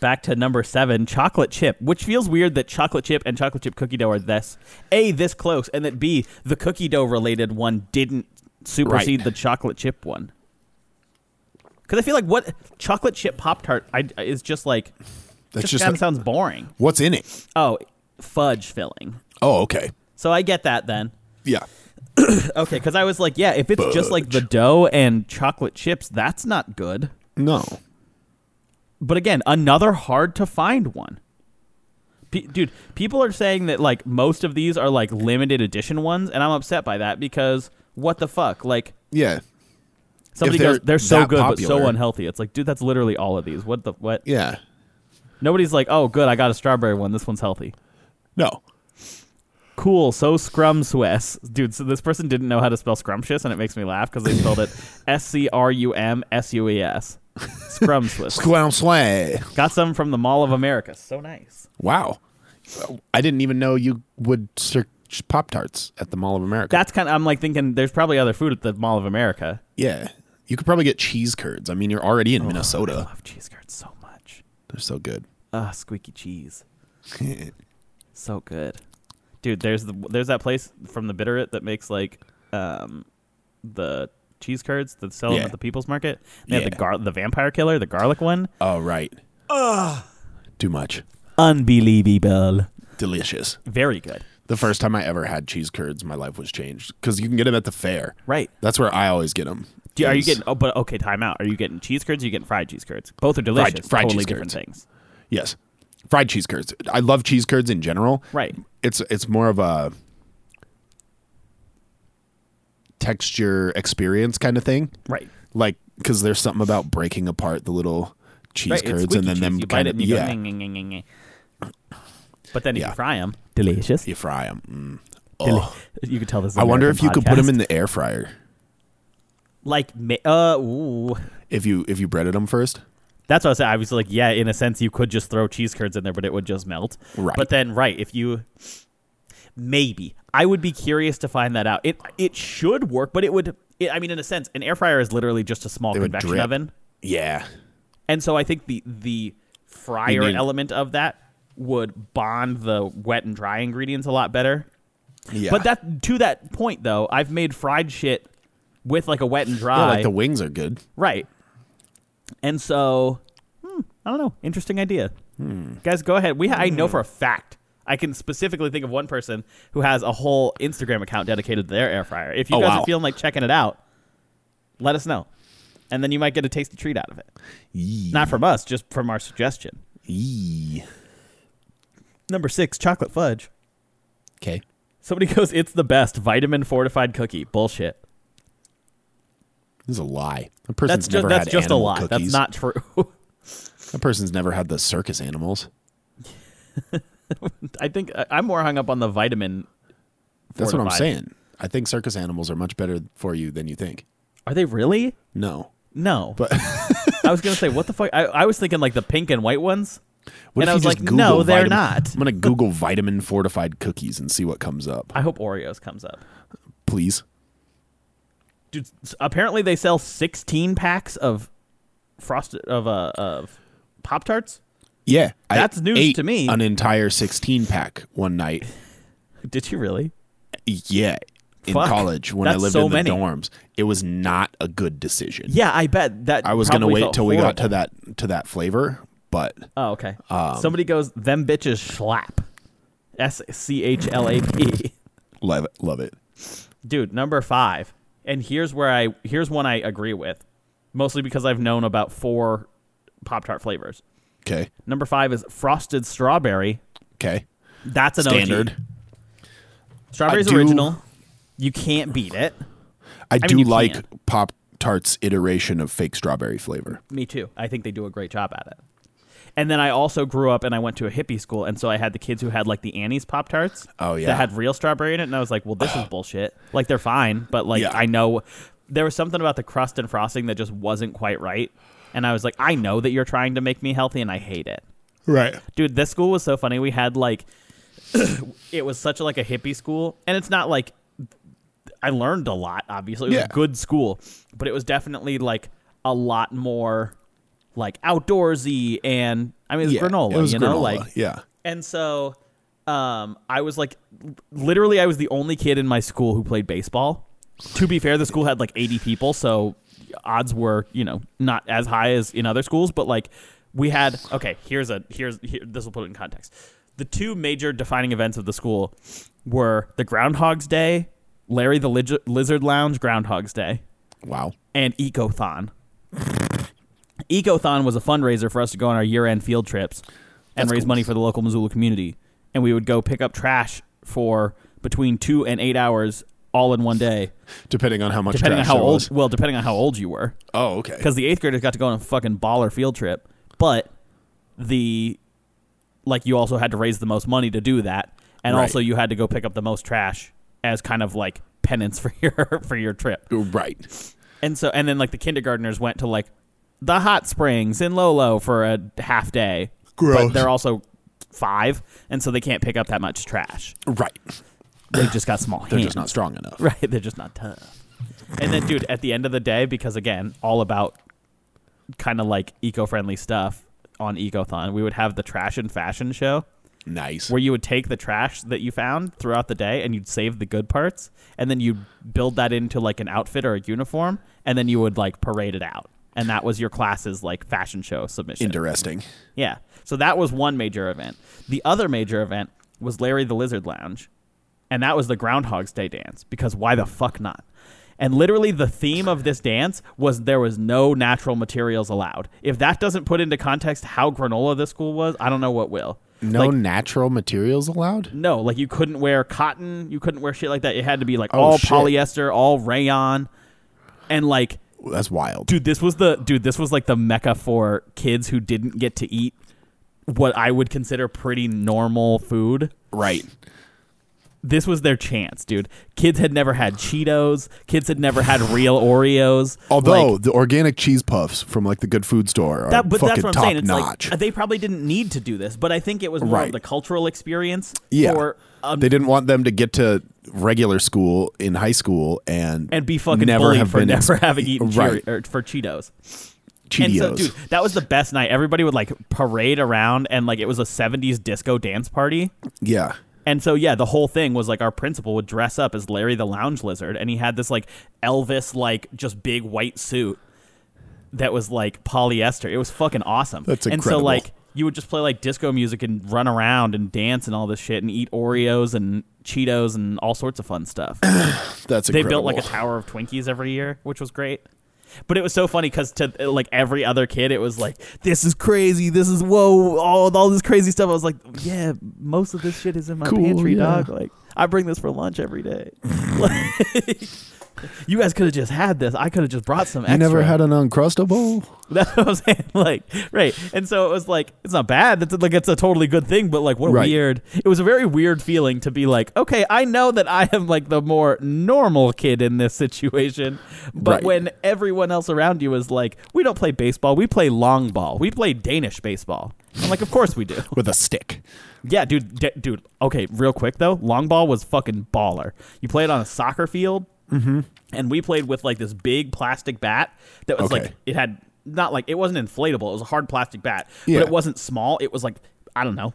[SPEAKER 3] back to number seven, chocolate chip, which feels weird that chocolate chip and chocolate chip cookie dough are this A, this close, and that B, the cookie dough related one didn't supersede
[SPEAKER 2] Right.
[SPEAKER 3] the chocolate chip one. Because I feel like what chocolate chip Pop Tart I- is just like,
[SPEAKER 2] That's
[SPEAKER 3] just
[SPEAKER 2] just
[SPEAKER 3] kind of sounds boring.
[SPEAKER 2] what's in it.
[SPEAKER 3] Oh, fudge filling.
[SPEAKER 2] Oh, okay.
[SPEAKER 3] So I get that then.
[SPEAKER 2] Yeah.
[SPEAKER 3] Okay, because I was like, yeah, if it's just like the dough and chocolate chips, that's not good.
[SPEAKER 2] No.
[SPEAKER 3] but again, another hard to find one. P- dude, people are saying that like most of these are like limited edition ones, and I'm upset by that because what the fuck? Like
[SPEAKER 2] Yeah.
[SPEAKER 3] somebody
[SPEAKER 2] they're
[SPEAKER 3] goes, they're so
[SPEAKER 2] that
[SPEAKER 3] good but so
[SPEAKER 2] popular-
[SPEAKER 3] unhealthy. It's like, dude, that's literally all of these. What the what?
[SPEAKER 2] Yeah.
[SPEAKER 3] Nobody's like, oh, good, I got a strawberry one. This one's healthy.
[SPEAKER 2] No.
[SPEAKER 3] Cool, so scrumptious, dude. So this person didn't know how to spell scrumptious, and it makes me laugh because they spelled it [laughs] S C R U M S U E S, scrumptious.
[SPEAKER 2] Clown sway.
[SPEAKER 3] Got some from the Mall of America. So nice.
[SPEAKER 2] Wow. I didn't even know you would search Pop Tarts at the Mall of America.
[SPEAKER 3] that's kind of I'm like thinking there's probably other food at the Mall of America.
[SPEAKER 2] yeah. You could probably get cheese curds. I mean, you're already
[SPEAKER 3] Oh,
[SPEAKER 2] in Minnesota.
[SPEAKER 3] love cheese curds so much.
[SPEAKER 2] They're so good.
[SPEAKER 3] Ah, squeaky
[SPEAKER 2] [laughs]
[SPEAKER 3] cheese. so good. Dude, there's the there's that place from the Bitterroot that makes like um the cheese curds that sell them
[SPEAKER 2] Yeah.
[SPEAKER 3] at the People's Market. They have the
[SPEAKER 2] Yeah.
[SPEAKER 3] gar- the vampire killer, the garlic one.
[SPEAKER 2] Oh, right. Too much.
[SPEAKER 3] Unbelievable.
[SPEAKER 2] Delicious.
[SPEAKER 3] Very good.
[SPEAKER 2] The first time I ever had cheese curds, my life was changed because you can get them at the fair.
[SPEAKER 3] Right.
[SPEAKER 2] That's where I always get them.
[SPEAKER 3] Do, are you getting oh but okay, time out. Are you getting cheese curds or you getting fried cheese curds? Both are delicious.
[SPEAKER 2] fried
[SPEAKER 3] totally
[SPEAKER 2] cheese
[SPEAKER 3] different
[SPEAKER 2] curds.
[SPEAKER 3] things.
[SPEAKER 2] Yes. Fried cheese curds. I love cheese curds in general.
[SPEAKER 3] Right.
[SPEAKER 2] It's it's more of a texture experience kind of thing.
[SPEAKER 3] Right.
[SPEAKER 2] Like cuz there's something about breaking apart the little cheese
[SPEAKER 3] Right, it's
[SPEAKER 2] curds
[SPEAKER 3] squeaky
[SPEAKER 2] and then
[SPEAKER 3] cheese.
[SPEAKER 2] them
[SPEAKER 3] you bite
[SPEAKER 2] kind
[SPEAKER 3] it
[SPEAKER 2] of
[SPEAKER 3] and you go,
[SPEAKER 2] yeah.
[SPEAKER 3] "Nyeh, nyeh, nyeh, nyeh, nyeh." But then if
[SPEAKER 2] Yeah.
[SPEAKER 3] you fry them, delicious.
[SPEAKER 2] you fry them.
[SPEAKER 3] You could tell this. Is
[SPEAKER 2] I wonder if you could put them in
[SPEAKER 3] The-
[SPEAKER 2] the air fryer
[SPEAKER 3] like, ma- uh, ooh.
[SPEAKER 2] if you if you breaded them first.
[SPEAKER 3] That's what I said. I was like, yeah, in a sense, you could just throw cheese curds in there, but it would just melt.
[SPEAKER 2] Right.
[SPEAKER 3] But then, right, if you maybe I would be curious to find that out. It it should work, but it would. It, I mean, in a sense, an air fryer is literally just a small
[SPEAKER 2] would
[SPEAKER 3] convection
[SPEAKER 2] drip.
[SPEAKER 3] oven,
[SPEAKER 2] Yeah.
[SPEAKER 3] and so I think the the
[SPEAKER 2] You
[SPEAKER 3] fryer
[SPEAKER 2] need-
[SPEAKER 3] element of that would bond the wet and dry ingredients a lot better.
[SPEAKER 2] Yeah.
[SPEAKER 3] But that to that point though, I've made fried shit with like a wet and dry.
[SPEAKER 2] yeah, Ah, like the wings are good.
[SPEAKER 3] right. And so hmm, I don't know. Interesting idea.
[SPEAKER 2] Hmm.
[SPEAKER 3] Guys, go ahead. We I know for a fact. I can specifically think of one person who has a whole Instagram account dedicated to their air fryer. If you
[SPEAKER 2] Oh,
[SPEAKER 3] guys
[SPEAKER 2] wow.
[SPEAKER 3] are feeling like checking it out, let us know. And then you might get a tasty treat out of it.
[SPEAKER 2] Yee.
[SPEAKER 3] Not from us, just from our suggestion.
[SPEAKER 2] Yee.
[SPEAKER 3] Number six, chocolate fudge.
[SPEAKER 2] Okay.
[SPEAKER 3] Somebody [laughs] goes, it's the best vitamin fortified cookie. Bullshit.
[SPEAKER 2] This is a lie. A person's
[SPEAKER 3] That's just
[SPEAKER 2] never
[SPEAKER 3] that's
[SPEAKER 2] had
[SPEAKER 3] just a
[SPEAKER 2] animal
[SPEAKER 3] lie. That's
[SPEAKER 2] cookies.
[SPEAKER 3] not true. [laughs]
[SPEAKER 2] A person's never had the circus animals.
[SPEAKER 3] I think I- I'm more hung up on the vitamin.
[SPEAKER 2] That's what I'm
[SPEAKER 3] Fortified.
[SPEAKER 2] saying. I think circus animals are much better for you than you think.
[SPEAKER 3] Are they really?
[SPEAKER 2] No.
[SPEAKER 3] No.
[SPEAKER 2] But
[SPEAKER 3] [laughs] I was gonna say what the fuck. I, I was thinking like the pink and white ones.
[SPEAKER 2] what if
[SPEAKER 3] And I
[SPEAKER 2] you
[SPEAKER 3] was
[SPEAKER 2] just
[SPEAKER 3] like,
[SPEAKER 2] Google
[SPEAKER 3] no, they're
[SPEAKER 2] vitamin-
[SPEAKER 3] not.
[SPEAKER 2] I'm gonna Google vitamin fortified cookies and see what comes up.
[SPEAKER 3] I hope Oreos comes up.
[SPEAKER 2] Please.
[SPEAKER 3] Dude, s- apparently they sell 16 packs of frosted of uh of Pop Tarts.
[SPEAKER 2] Yeah. I
[SPEAKER 3] That's news
[SPEAKER 2] ate
[SPEAKER 3] to me.
[SPEAKER 2] An entire sixteen pack one night.
[SPEAKER 3] Did you really?
[SPEAKER 2] Yeah. In
[SPEAKER 3] Fuck.
[SPEAKER 2] college when I
[SPEAKER 3] That's
[SPEAKER 2] lived
[SPEAKER 3] so
[SPEAKER 2] in the
[SPEAKER 3] many.
[SPEAKER 2] dorms. It was not a good decision.
[SPEAKER 3] Yeah, I bet that.
[SPEAKER 2] I was
[SPEAKER 3] going
[SPEAKER 2] gonna
[SPEAKER 3] to
[SPEAKER 2] wait till we got to that to that flavor, but
[SPEAKER 3] Oh, okay.
[SPEAKER 2] Um,
[SPEAKER 3] Somebody goes, them bitches slap. S C H L A P.
[SPEAKER 2] love it love it.
[SPEAKER 3] Dude, number five. And here's where I here's one I agree with, mostly because I've known about four Pop Tart flavors.
[SPEAKER 2] Okay.
[SPEAKER 3] Number five is frosted strawberry.
[SPEAKER 2] Okay.
[SPEAKER 3] That's an OG.
[SPEAKER 2] Standard.
[SPEAKER 3] Strawberry's
[SPEAKER 2] I do-
[SPEAKER 3] original. You can't beat it.
[SPEAKER 2] I,
[SPEAKER 3] mean,
[SPEAKER 2] do
[SPEAKER 3] you
[SPEAKER 2] like
[SPEAKER 3] can.
[SPEAKER 2] Pop Tart's iteration of fake strawberry flavor.
[SPEAKER 3] Me too. I think they do a great job at it. And then I also grew up and I went to a hippie school, and so I had the kids who had like the Annie's Pop Tarts.
[SPEAKER 2] Oh, yeah.
[SPEAKER 3] that had real strawberry in it, and I was like, well, this is bullshit. Like they're fine, but like
[SPEAKER 2] Yeah.
[SPEAKER 3] I know there was something about the crust and frosting that just wasn't quite right, and I was like, I know that you're trying to make me healthy, and I hate it
[SPEAKER 2] Right.
[SPEAKER 3] dude this school was so funny we had like [coughs] it was such like a hippie school and it's not like i learned a lot obviously it was
[SPEAKER 2] Yeah.
[SPEAKER 3] a good school but it was definitely like a lot more like outdoorsy and i mean it was granola
[SPEAKER 2] It was
[SPEAKER 3] you
[SPEAKER 2] granola.
[SPEAKER 3] know like
[SPEAKER 2] yeah.
[SPEAKER 3] and so um i was like l- literally i was the only kid in my school who played baseball to be fair the school had like 80 people so odds were you know not as high as in other schools but like we had okay here's a here's here, this will put it in context the two major defining events of the school were the groundhog's day larry the Lizard lizard lounge groundhog's day
[SPEAKER 2] Wow.
[SPEAKER 3] and Ecothon. Ecothon was a fundraiser for us to go on our year-end field trips and
[SPEAKER 2] That's
[SPEAKER 3] raise
[SPEAKER 2] cool.
[SPEAKER 3] money for the local Missoula community. And we would go pick up trash for between two and eight hours all in
[SPEAKER 2] [laughs]
[SPEAKER 3] one day,
[SPEAKER 2] Depending on how much
[SPEAKER 3] depending on
[SPEAKER 2] trash
[SPEAKER 3] how
[SPEAKER 2] there
[SPEAKER 3] old.
[SPEAKER 2] was.
[SPEAKER 3] Well, depending on how old you were,
[SPEAKER 2] Oh, okay.
[SPEAKER 3] because the eighth graders got to go on a fucking baller field trip, but the like you also had to raise the most money to do that, and
[SPEAKER 2] Right.
[SPEAKER 3] also you had to go pick up the most trash as kind of like penance [laughs] for your for your trip.
[SPEAKER 2] right.
[SPEAKER 3] And so, and then like the kindergartners went to like the hot springs in Lolo for a half day.
[SPEAKER 2] Gross.
[SPEAKER 3] But they're also five, and so they can't pick up that much trash.
[SPEAKER 2] Right.
[SPEAKER 3] They just got small
[SPEAKER 2] [sighs] They're
[SPEAKER 3] hands.
[SPEAKER 2] just not
[SPEAKER 3] [laughs]
[SPEAKER 2] strong enough.
[SPEAKER 3] Hmm. Right. They're just not tough. And then, dude, at the end of the day, because again, all about kind of like eco friendly stuff on Ecothon, we would have the trash and fashion show
[SPEAKER 2] Nice.
[SPEAKER 3] where you would take the trash that you found throughout the day and you'd save the good parts and then you'd build that into like an outfit or a uniform and then you would like parade it out and that was your class's like fashion show submission
[SPEAKER 2] Interesting.
[SPEAKER 3] yeah so that was one major event the other major event was larry the lizard lounge and that was the groundhog's day dance because why the fuck not and literally the theme of this dance was there was no natural materials allowed if that doesn't put into context how granola this school was i don't know what will
[SPEAKER 2] No
[SPEAKER 3] Like,
[SPEAKER 2] natural materials allowed?
[SPEAKER 3] no, like you couldn't wear cotton, you couldn't wear shit like that. It had to be like
[SPEAKER 2] Oh,
[SPEAKER 3] all
[SPEAKER 2] shit.
[SPEAKER 3] polyester, all rayon. And like,
[SPEAKER 2] That's wild.
[SPEAKER 3] dude, this was the dude, this was like the mecca for kids who didn't get to eat what I would consider pretty normal food.
[SPEAKER 2] Right.
[SPEAKER 3] This was their chance, dude. Kids had never had Cheetos, kids had
[SPEAKER 2] [sighs]
[SPEAKER 3] never had real Oreos.
[SPEAKER 2] Although
[SPEAKER 3] Like,
[SPEAKER 2] the organic cheese puffs from like the good food store are
[SPEAKER 3] that, but
[SPEAKER 2] fucking
[SPEAKER 3] that's what I'm
[SPEAKER 2] top
[SPEAKER 3] saying. It's
[SPEAKER 2] notch.
[SPEAKER 3] like they probably didn't need to do this, but I think it was more
[SPEAKER 2] Right.
[SPEAKER 3] of the cultural experience
[SPEAKER 2] yeah.
[SPEAKER 3] for um, a
[SPEAKER 2] they didn't want them to get to regular school in high school and
[SPEAKER 3] and be fucking
[SPEAKER 2] never
[SPEAKER 3] bullied
[SPEAKER 2] have
[SPEAKER 3] for
[SPEAKER 2] been
[SPEAKER 3] [laughs] never
[SPEAKER 2] ex- [laughs]
[SPEAKER 3] having eaten
[SPEAKER 2] right.
[SPEAKER 3] Cheeri- or for Cheetos.
[SPEAKER 2] Cheetos.
[SPEAKER 3] And so, dude, that was the best night. Everybody would like parade around, and like it was a '70s disco dance party.
[SPEAKER 2] yeah.
[SPEAKER 3] And so, yeah, the whole thing was like our principal would dress up as Larry the Lounge Lizard, and he had this like Elvis, like just big white suit that was like polyester. It was fucking awesome.
[SPEAKER 2] That's
[SPEAKER 3] And so,
[SPEAKER 2] incredible.
[SPEAKER 3] like, you would just play like disco music and run around and dance and all this shit and eat Oreos and Cheetos and all sorts of fun stuff.
[SPEAKER 2] That's
[SPEAKER 3] they
[SPEAKER 2] incredible.
[SPEAKER 3] built like a tower of Twinkies every year, which was great. But it was so funny because to uh, like every other kid, it was like, "This is crazy. This is whoa! All all this crazy stuff." I was like, "Yeah, most of this shit is in my
[SPEAKER 2] Cool,
[SPEAKER 3] pantry,
[SPEAKER 2] yeah.
[SPEAKER 3] dog. Like, I bring this for lunch every day. [laughs] Like, you guys could have just had this. I could have just brought some.
[SPEAKER 2] You
[SPEAKER 3] extra.
[SPEAKER 2] never had an uncrustable?
[SPEAKER 3] [laughs] That's what I'm saying. Like, right. And so it was like, it's not bad. That's like, it's a totally good thing, but like, what a
[SPEAKER 2] Right.
[SPEAKER 3] weird. It was a very weird feeling to be like, okay, I know that I am like the more normal kid in this situation, but
[SPEAKER 2] Right.
[SPEAKER 3] when everyone else around you is like, we don't play baseball, we play long ball, we play Danish baseball. I'm like, of course we do.
[SPEAKER 2] with a stick.
[SPEAKER 3] Yeah, dude, d- dude. Okay, real quick though, long ball was fucking baller. You played on a soccer field,
[SPEAKER 2] Mm-hmm.
[SPEAKER 3] and we played with like this big plastic bat that was like
[SPEAKER 2] Okay.
[SPEAKER 3] it had not like it wasn't inflatable. It was a hard plastic bat,
[SPEAKER 2] Yeah.
[SPEAKER 3] but it wasn't small. It was like I don't know.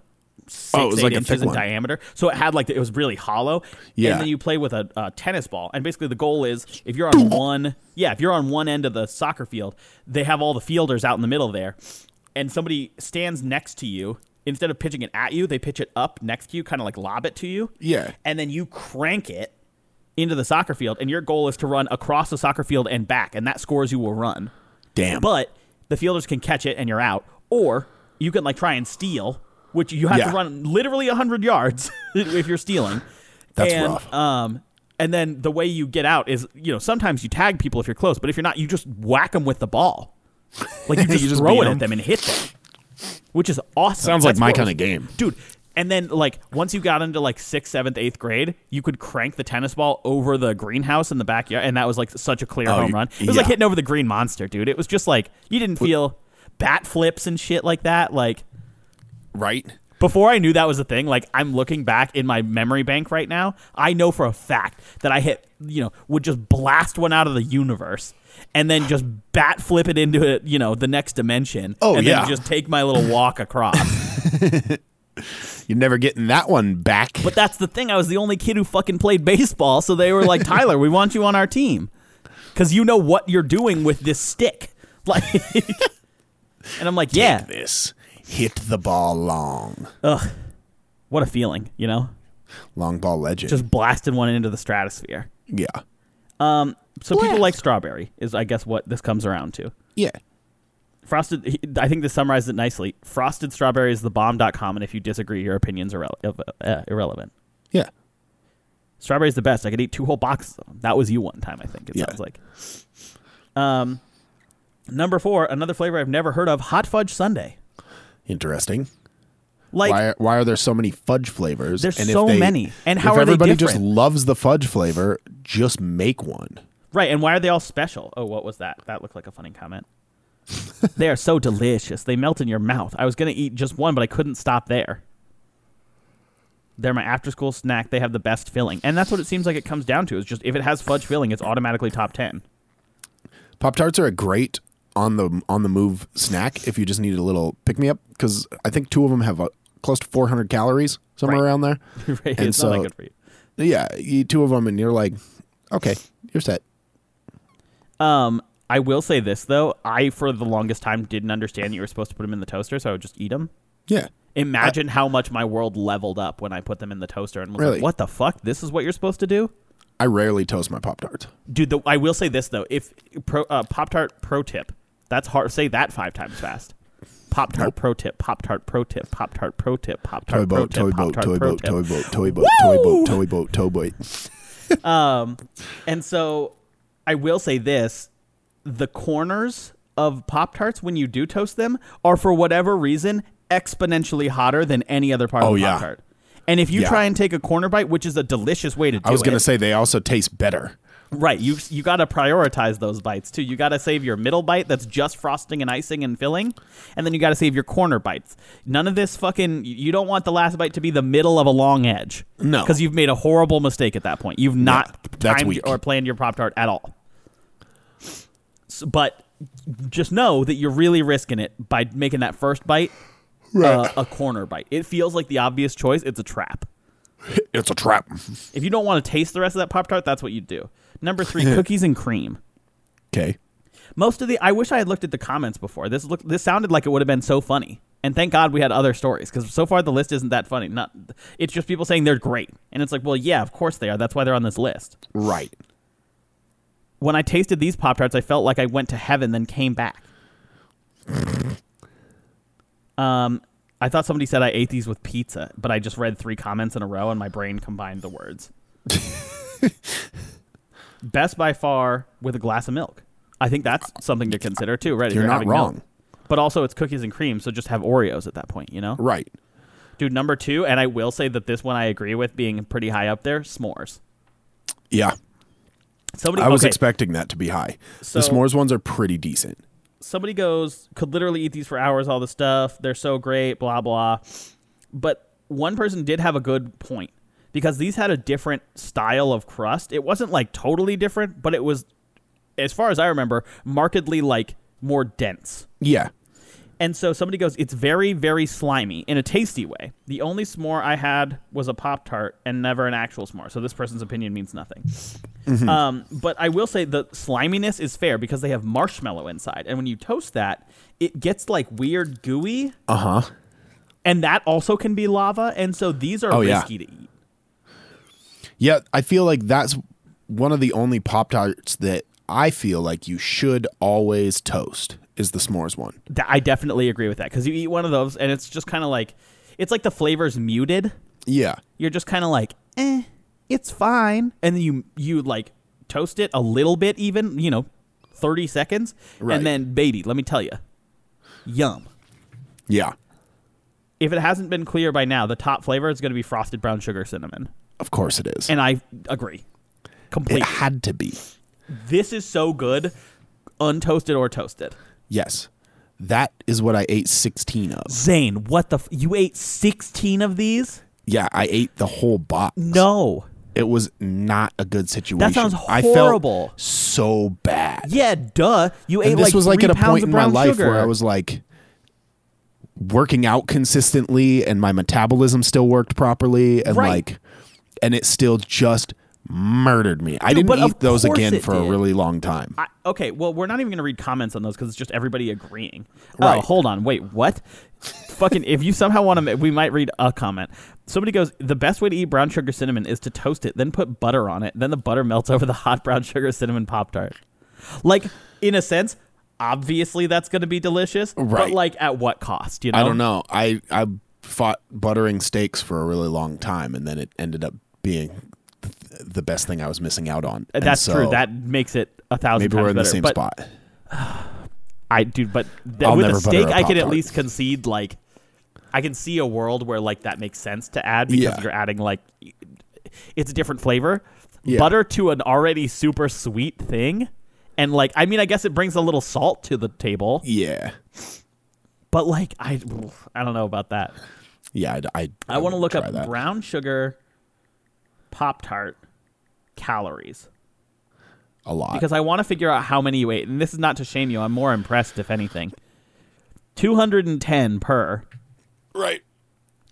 [SPEAKER 3] Six,
[SPEAKER 2] Oh, it was
[SPEAKER 3] eight
[SPEAKER 2] like a
[SPEAKER 3] inches
[SPEAKER 2] thick
[SPEAKER 3] in
[SPEAKER 2] one.
[SPEAKER 3] diameter, so it had like the, it was really hollow.
[SPEAKER 2] Yeah.
[SPEAKER 3] and then you play with a, a tennis ball, and basically the goal is if you're on one, yeah, if you're on one end of the soccer field, they have all the fielders out in the middle there, and somebody stands next to you. Instead of pitching it at you, they pitch it up next to you, kind of like lob it to you.
[SPEAKER 2] Yeah.
[SPEAKER 3] and then you crank it into the soccer field, and your goal is to run across the soccer field and back, and that scores you a run.
[SPEAKER 2] Damn.
[SPEAKER 3] But the fielders can catch it and you're out, or you can like try and steal, which you have
[SPEAKER 2] Yeah.
[SPEAKER 3] to run literally hundred yards [laughs] if you're stealing.
[SPEAKER 2] That's
[SPEAKER 3] and,
[SPEAKER 2] rough.
[SPEAKER 3] Um, and then the way you get out is you know sometimes you tag people if you're close, but if you're not, you just whack them with the ball, like
[SPEAKER 2] [laughs]
[SPEAKER 3] you just,
[SPEAKER 2] just
[SPEAKER 3] throw
[SPEAKER 2] beat
[SPEAKER 3] it
[SPEAKER 2] 'em.
[SPEAKER 3] at them and hit them, which is awesome.
[SPEAKER 2] Sounds like
[SPEAKER 3] That's
[SPEAKER 2] my
[SPEAKER 3] what
[SPEAKER 2] kinda
[SPEAKER 3] was-
[SPEAKER 2] game.
[SPEAKER 3] dude. And then like once you got into like sixth, seventh, eighth grade, you could crank the tennis ball over the greenhouse in the backyard, and that was like such a clear
[SPEAKER 2] Oh,
[SPEAKER 3] home
[SPEAKER 2] you-
[SPEAKER 3] run. It was like
[SPEAKER 2] yeah.
[SPEAKER 3] hitting over the green monster, dude. It was just like you didn't feel bat flips and shit like that. Like
[SPEAKER 2] right?
[SPEAKER 3] before I knew that was a thing, like I'm looking back in my memory bank right now, I know for a fact that I hit, you know, would just blast one out of the universe and then just bat flip it into it, you know, the next dimension.
[SPEAKER 2] Oh,
[SPEAKER 3] and
[SPEAKER 2] yeah.
[SPEAKER 3] then just take my little walk across.
[SPEAKER 2] [laughs] You're never getting that one back.
[SPEAKER 3] But that's the thing. I was the only kid who fucking played baseball, so they were like, "Tyler, we want you on our team because you know what you're doing with this stick." [laughs] Like, and I'm like, "Yeah,
[SPEAKER 2] this hit the ball long.
[SPEAKER 3] what a feeling," you know,
[SPEAKER 2] Long ball legend.
[SPEAKER 3] just blasted one into the stratosphere.
[SPEAKER 2] yeah.
[SPEAKER 3] So people like strawberry is, I guess, what this comes around to.
[SPEAKER 2] Yeah.
[SPEAKER 3] Frosted, he- I think this summarized it nicely. Frosted strawberry is the bomb.com, and if you disagree, your opinion's irre- uh, irrelevant.
[SPEAKER 2] Yeah.
[SPEAKER 3] Strawberry's the best. I could eat two whole boxes of them. That was you one time, I think. It
[SPEAKER 2] Yeah.
[SPEAKER 3] sounds like. Um, number four, another flavor I've never heard of: hot fudge sundae.
[SPEAKER 2] Interesting.
[SPEAKER 3] Like,
[SPEAKER 2] why, why are there so many fudge flavors?
[SPEAKER 3] There's
[SPEAKER 2] if
[SPEAKER 3] so many. And how
[SPEAKER 2] if
[SPEAKER 3] are they
[SPEAKER 2] everybody just
[SPEAKER 3] different?
[SPEAKER 2] loves the fudge flavor, just make one.
[SPEAKER 3] right? And why are they all special? Oh, what was that? That looked like a funny comment. [laughs] they are so delicious. They melt in your mouth. I was gonna eat just one, but I couldn't stop there. They're my after-school snack. They have the best filling, and that's what it seems like. It comes down to is just if it has fudge filling, it's automatically top ten. [laughs]
[SPEAKER 2] Pop tarts are a great on the on the move snack if you just need a little pick me up because I think two of them have uh close to 400 calories somewhere
[SPEAKER 3] Right.
[SPEAKER 2] around there.
[SPEAKER 3] [laughs] right?
[SPEAKER 2] And
[SPEAKER 3] it's not that
[SPEAKER 2] so-
[SPEAKER 3] good for you.
[SPEAKER 2] Yeah, you eat two of them and you're like, okay, you're set.
[SPEAKER 3] Um, I will say this though, I for the longest time didn't understand you were supposed to put them in the toaster, so I would just eat them.
[SPEAKER 2] Yeah,
[SPEAKER 3] Imagine how much my world leveled up when I put them in the toaster and was
[SPEAKER 2] Really?
[SPEAKER 3] like, "What the fuck? This is what you're supposed to do?"
[SPEAKER 2] I rarely toast my pop tarts.
[SPEAKER 3] Dude, the, I will say this though, if pro, uh, Pop Tart pro tip, that's hard. Say that five times fast. Pop Tart
[SPEAKER 2] Nope.
[SPEAKER 3] pro tip, Pop Tart pro tip, Pop Tart pro tip, Pop
[SPEAKER 2] Toy
[SPEAKER 3] Tart pro
[SPEAKER 2] boat,
[SPEAKER 3] tip,
[SPEAKER 2] toy
[SPEAKER 3] Pop
[SPEAKER 2] boat,
[SPEAKER 3] Tart
[SPEAKER 2] toy
[SPEAKER 3] pro
[SPEAKER 2] boat,
[SPEAKER 3] tip.
[SPEAKER 2] toy boat, toy boat, toy boat, toy boat, toy boat.
[SPEAKER 3] Um, I will say this: the corners of Pop Tarts, when you do toast them, are for whatever reason exponentially hotter than any other part
[SPEAKER 2] Oh,
[SPEAKER 3] of the
[SPEAKER 2] yeah.
[SPEAKER 3] Pop Tart. And if you
[SPEAKER 2] Yeah.
[SPEAKER 3] try and take a corner bite, which is a delicious way to do it,
[SPEAKER 2] I was gonna say they also taste better.
[SPEAKER 3] right? You you got to prioritize those bites too. You got to save your middle bite that's just frosting and icing and filling, and then you got to save your corner bites. None of this fucking. You don't want the last bite to be the middle of a long edge,
[SPEAKER 2] No.
[SPEAKER 3] because you've made a horrible mistake at that point. You've not
[SPEAKER 2] that's
[SPEAKER 3] timed
[SPEAKER 2] weak.
[SPEAKER 3] or planned your pop tart at all. S- but just know that you're really risking it by making that first bite uh, a corner bite. It feels like the obvious choice. It's a trap.
[SPEAKER 2] It's a trap.
[SPEAKER 3] If you don't want to taste the rest of that Pop Tart, that's what you do.
[SPEAKER 2] [laughs]
[SPEAKER 3] Number three, cookies and cream.
[SPEAKER 2] Okay,
[SPEAKER 3] Most of the I wish I had looked at the comments before. This looked this sounded like it would have been so funny. And thank God we had other stories because so far the list isn't that funny. Not it's just people saying they're great, and it's like, well, yeah, of course they are. That's why they're on this list.
[SPEAKER 2] right.
[SPEAKER 3] when I tasted these Pop Tarts, I felt like I went to heaven, then came back. um, I thought somebody said I ate these with pizza, but I just read three comments in a row and my brain combined
[SPEAKER 2] [laughs]
[SPEAKER 3] the words. Best by far with a glass of milk. I think that's something to consider too, right? If
[SPEAKER 2] You're not
[SPEAKER 3] having milk.
[SPEAKER 2] wrong.
[SPEAKER 3] But also, it's cookies and cream, so just have Oreos at that point, you know?
[SPEAKER 2] Right.
[SPEAKER 3] Dude, number two, and I will say that this one I agree with being pretty high up there s'mores.
[SPEAKER 2] Yeah.
[SPEAKER 3] Somebody,
[SPEAKER 2] I was
[SPEAKER 3] okay,
[SPEAKER 2] expecting that to be high. the
[SPEAKER 3] So-
[SPEAKER 2] s'mores ones are pretty decent.
[SPEAKER 3] somebody goes could literally eat these for hours all the stuff they're so great blah blah but one person did have a good point because these had a different style of crust it wasn't like totally different but it was as far as i remember markedly like more dense
[SPEAKER 2] Yeah.
[SPEAKER 3] and so somebody goes it's very very slimy in a tasty way the only smore i had was a pop tart and never an actual smore so this person's opinion means nothing
[SPEAKER 2] Mm-hmm.
[SPEAKER 3] um, but I will say the sliminess is fair because they have marshmallow inside, and when you toast that, it gets like weird gooey,
[SPEAKER 2] Uh
[SPEAKER 3] Uh-huh.
[SPEAKER 2] huh.
[SPEAKER 3] and that also can be lava. And so these are
[SPEAKER 2] Oh, yeah.
[SPEAKER 3] risky to eat.
[SPEAKER 2] Yeah, I feel like that's one of the only Pop Tarts that I feel like you should always toast is the s'mores one.
[SPEAKER 3] Th- I definitely agree with that because you eat one of those, and it's just kind of like, it's like the flavors muted.
[SPEAKER 2] Yeah.
[SPEAKER 3] You're just kind of like, eh, it's fine, and then you you like toast it a little bit, even you know, thirty seconds,
[SPEAKER 2] Right.
[SPEAKER 3] and then baby, let me tell you, yum.
[SPEAKER 2] Yeah.
[SPEAKER 3] If it hasn't been clear by now, the top flavor is going to be frosted brown sugar cinnamon.
[SPEAKER 2] Of course it is.
[SPEAKER 3] and I agree
[SPEAKER 2] it
[SPEAKER 3] completely.
[SPEAKER 2] had to be.
[SPEAKER 3] This is so good, untoasted or toasted.
[SPEAKER 2] Yes. That is what I ate 16 of.
[SPEAKER 3] Zane, what the? F- you ate sixteen of these?
[SPEAKER 2] Yeah, I ate the whole box.
[SPEAKER 3] No.
[SPEAKER 2] It was not a good situation.
[SPEAKER 3] sounds
[SPEAKER 2] I felt
[SPEAKER 3] horrible.
[SPEAKER 2] so bad.
[SPEAKER 3] Yeah, duh. You ate
[SPEAKER 2] and this
[SPEAKER 3] like
[SPEAKER 2] was like
[SPEAKER 3] three
[SPEAKER 2] at a
[SPEAKER 3] pounds
[SPEAKER 2] point
[SPEAKER 3] of
[SPEAKER 2] in my
[SPEAKER 3] brown
[SPEAKER 2] life
[SPEAKER 3] sugar.
[SPEAKER 2] where I was like working out consistently and my metabolism still worked properly and
[SPEAKER 3] Right.
[SPEAKER 2] like and it still just murdered me. I
[SPEAKER 3] Dude,
[SPEAKER 2] didn't
[SPEAKER 3] but of
[SPEAKER 2] eat those
[SPEAKER 3] course
[SPEAKER 2] again
[SPEAKER 3] it
[SPEAKER 2] for a
[SPEAKER 3] did.
[SPEAKER 2] really long time.
[SPEAKER 3] I, okay, well, we're not even going to read comments on those because it's just everybody agreeing. Oh,
[SPEAKER 2] Right.
[SPEAKER 3] hold on. Wait, what? Fucking, if you somehow want to, we might read a comment. Somebody goes, the best way to eat brown sugar cinnamon is to toast it, then put butter on it. Then the butter melts over the hot brown sugar cinnamon Pop Tart. Like, in a sense, obviously that's going to be delicious. But,
[SPEAKER 2] Right.
[SPEAKER 3] like, at what cost? You know?
[SPEAKER 2] I don't know. I I fought buttering steaks for a really long time and then it ended up being th- the best thing I was missing out on. And
[SPEAKER 3] That's
[SPEAKER 2] so
[SPEAKER 3] true. That makes it a thousand
[SPEAKER 2] maybe
[SPEAKER 3] times
[SPEAKER 2] we're in
[SPEAKER 3] better.
[SPEAKER 2] the same
[SPEAKER 3] but
[SPEAKER 2] spot.
[SPEAKER 3] I dude, but th-
[SPEAKER 2] I'll
[SPEAKER 3] with a
[SPEAKER 2] never butter
[SPEAKER 3] steak,
[SPEAKER 2] a
[SPEAKER 3] I can at
[SPEAKER 2] Pop-Tart.
[SPEAKER 3] least concede like I can see a world where like that makes sense to add because
[SPEAKER 2] Yeah.
[SPEAKER 3] you're adding like it's a different flavor.
[SPEAKER 2] Yeah.
[SPEAKER 3] Butter to an already super sweet thing. And like I mean I guess it brings a little salt to the table,
[SPEAKER 2] Yeah.
[SPEAKER 3] but like I oof, I don't know about that.
[SPEAKER 2] Yeah, I'd- I
[SPEAKER 3] I want to
[SPEAKER 2] would
[SPEAKER 3] look
[SPEAKER 2] try
[SPEAKER 3] up
[SPEAKER 2] that.
[SPEAKER 3] brown sugar pop tart calories
[SPEAKER 2] a lot.
[SPEAKER 3] because I want to figure out how many you ate. And this is not to shame you. I'm more impressed if anything. 210 per.
[SPEAKER 2] right.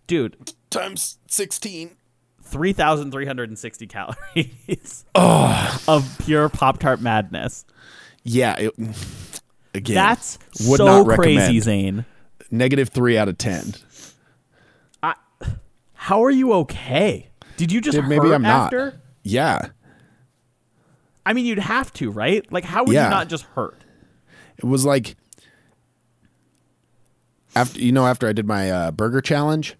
[SPEAKER 3] Dude,
[SPEAKER 2] times 16. [laughs]
[SPEAKER 3] 3,360 calories of pure Pop Tart madness.
[SPEAKER 2] Yeah. It, [sighs] again,
[SPEAKER 3] That's
[SPEAKER 2] would
[SPEAKER 3] so
[SPEAKER 2] not
[SPEAKER 3] crazy,
[SPEAKER 2] recommend.
[SPEAKER 3] Zane.
[SPEAKER 2] Negative three out of 10.
[SPEAKER 3] How are you okay? Did you just
[SPEAKER 2] Dude, maybe
[SPEAKER 3] hurt
[SPEAKER 2] I'm not.
[SPEAKER 3] after?
[SPEAKER 2] Yeah.
[SPEAKER 3] I mean, you'd have to, right? Like, how would
[SPEAKER 2] Yeah.
[SPEAKER 3] you not just hurt?
[SPEAKER 2] It was like, after you know, after I did my uh, burger challenge,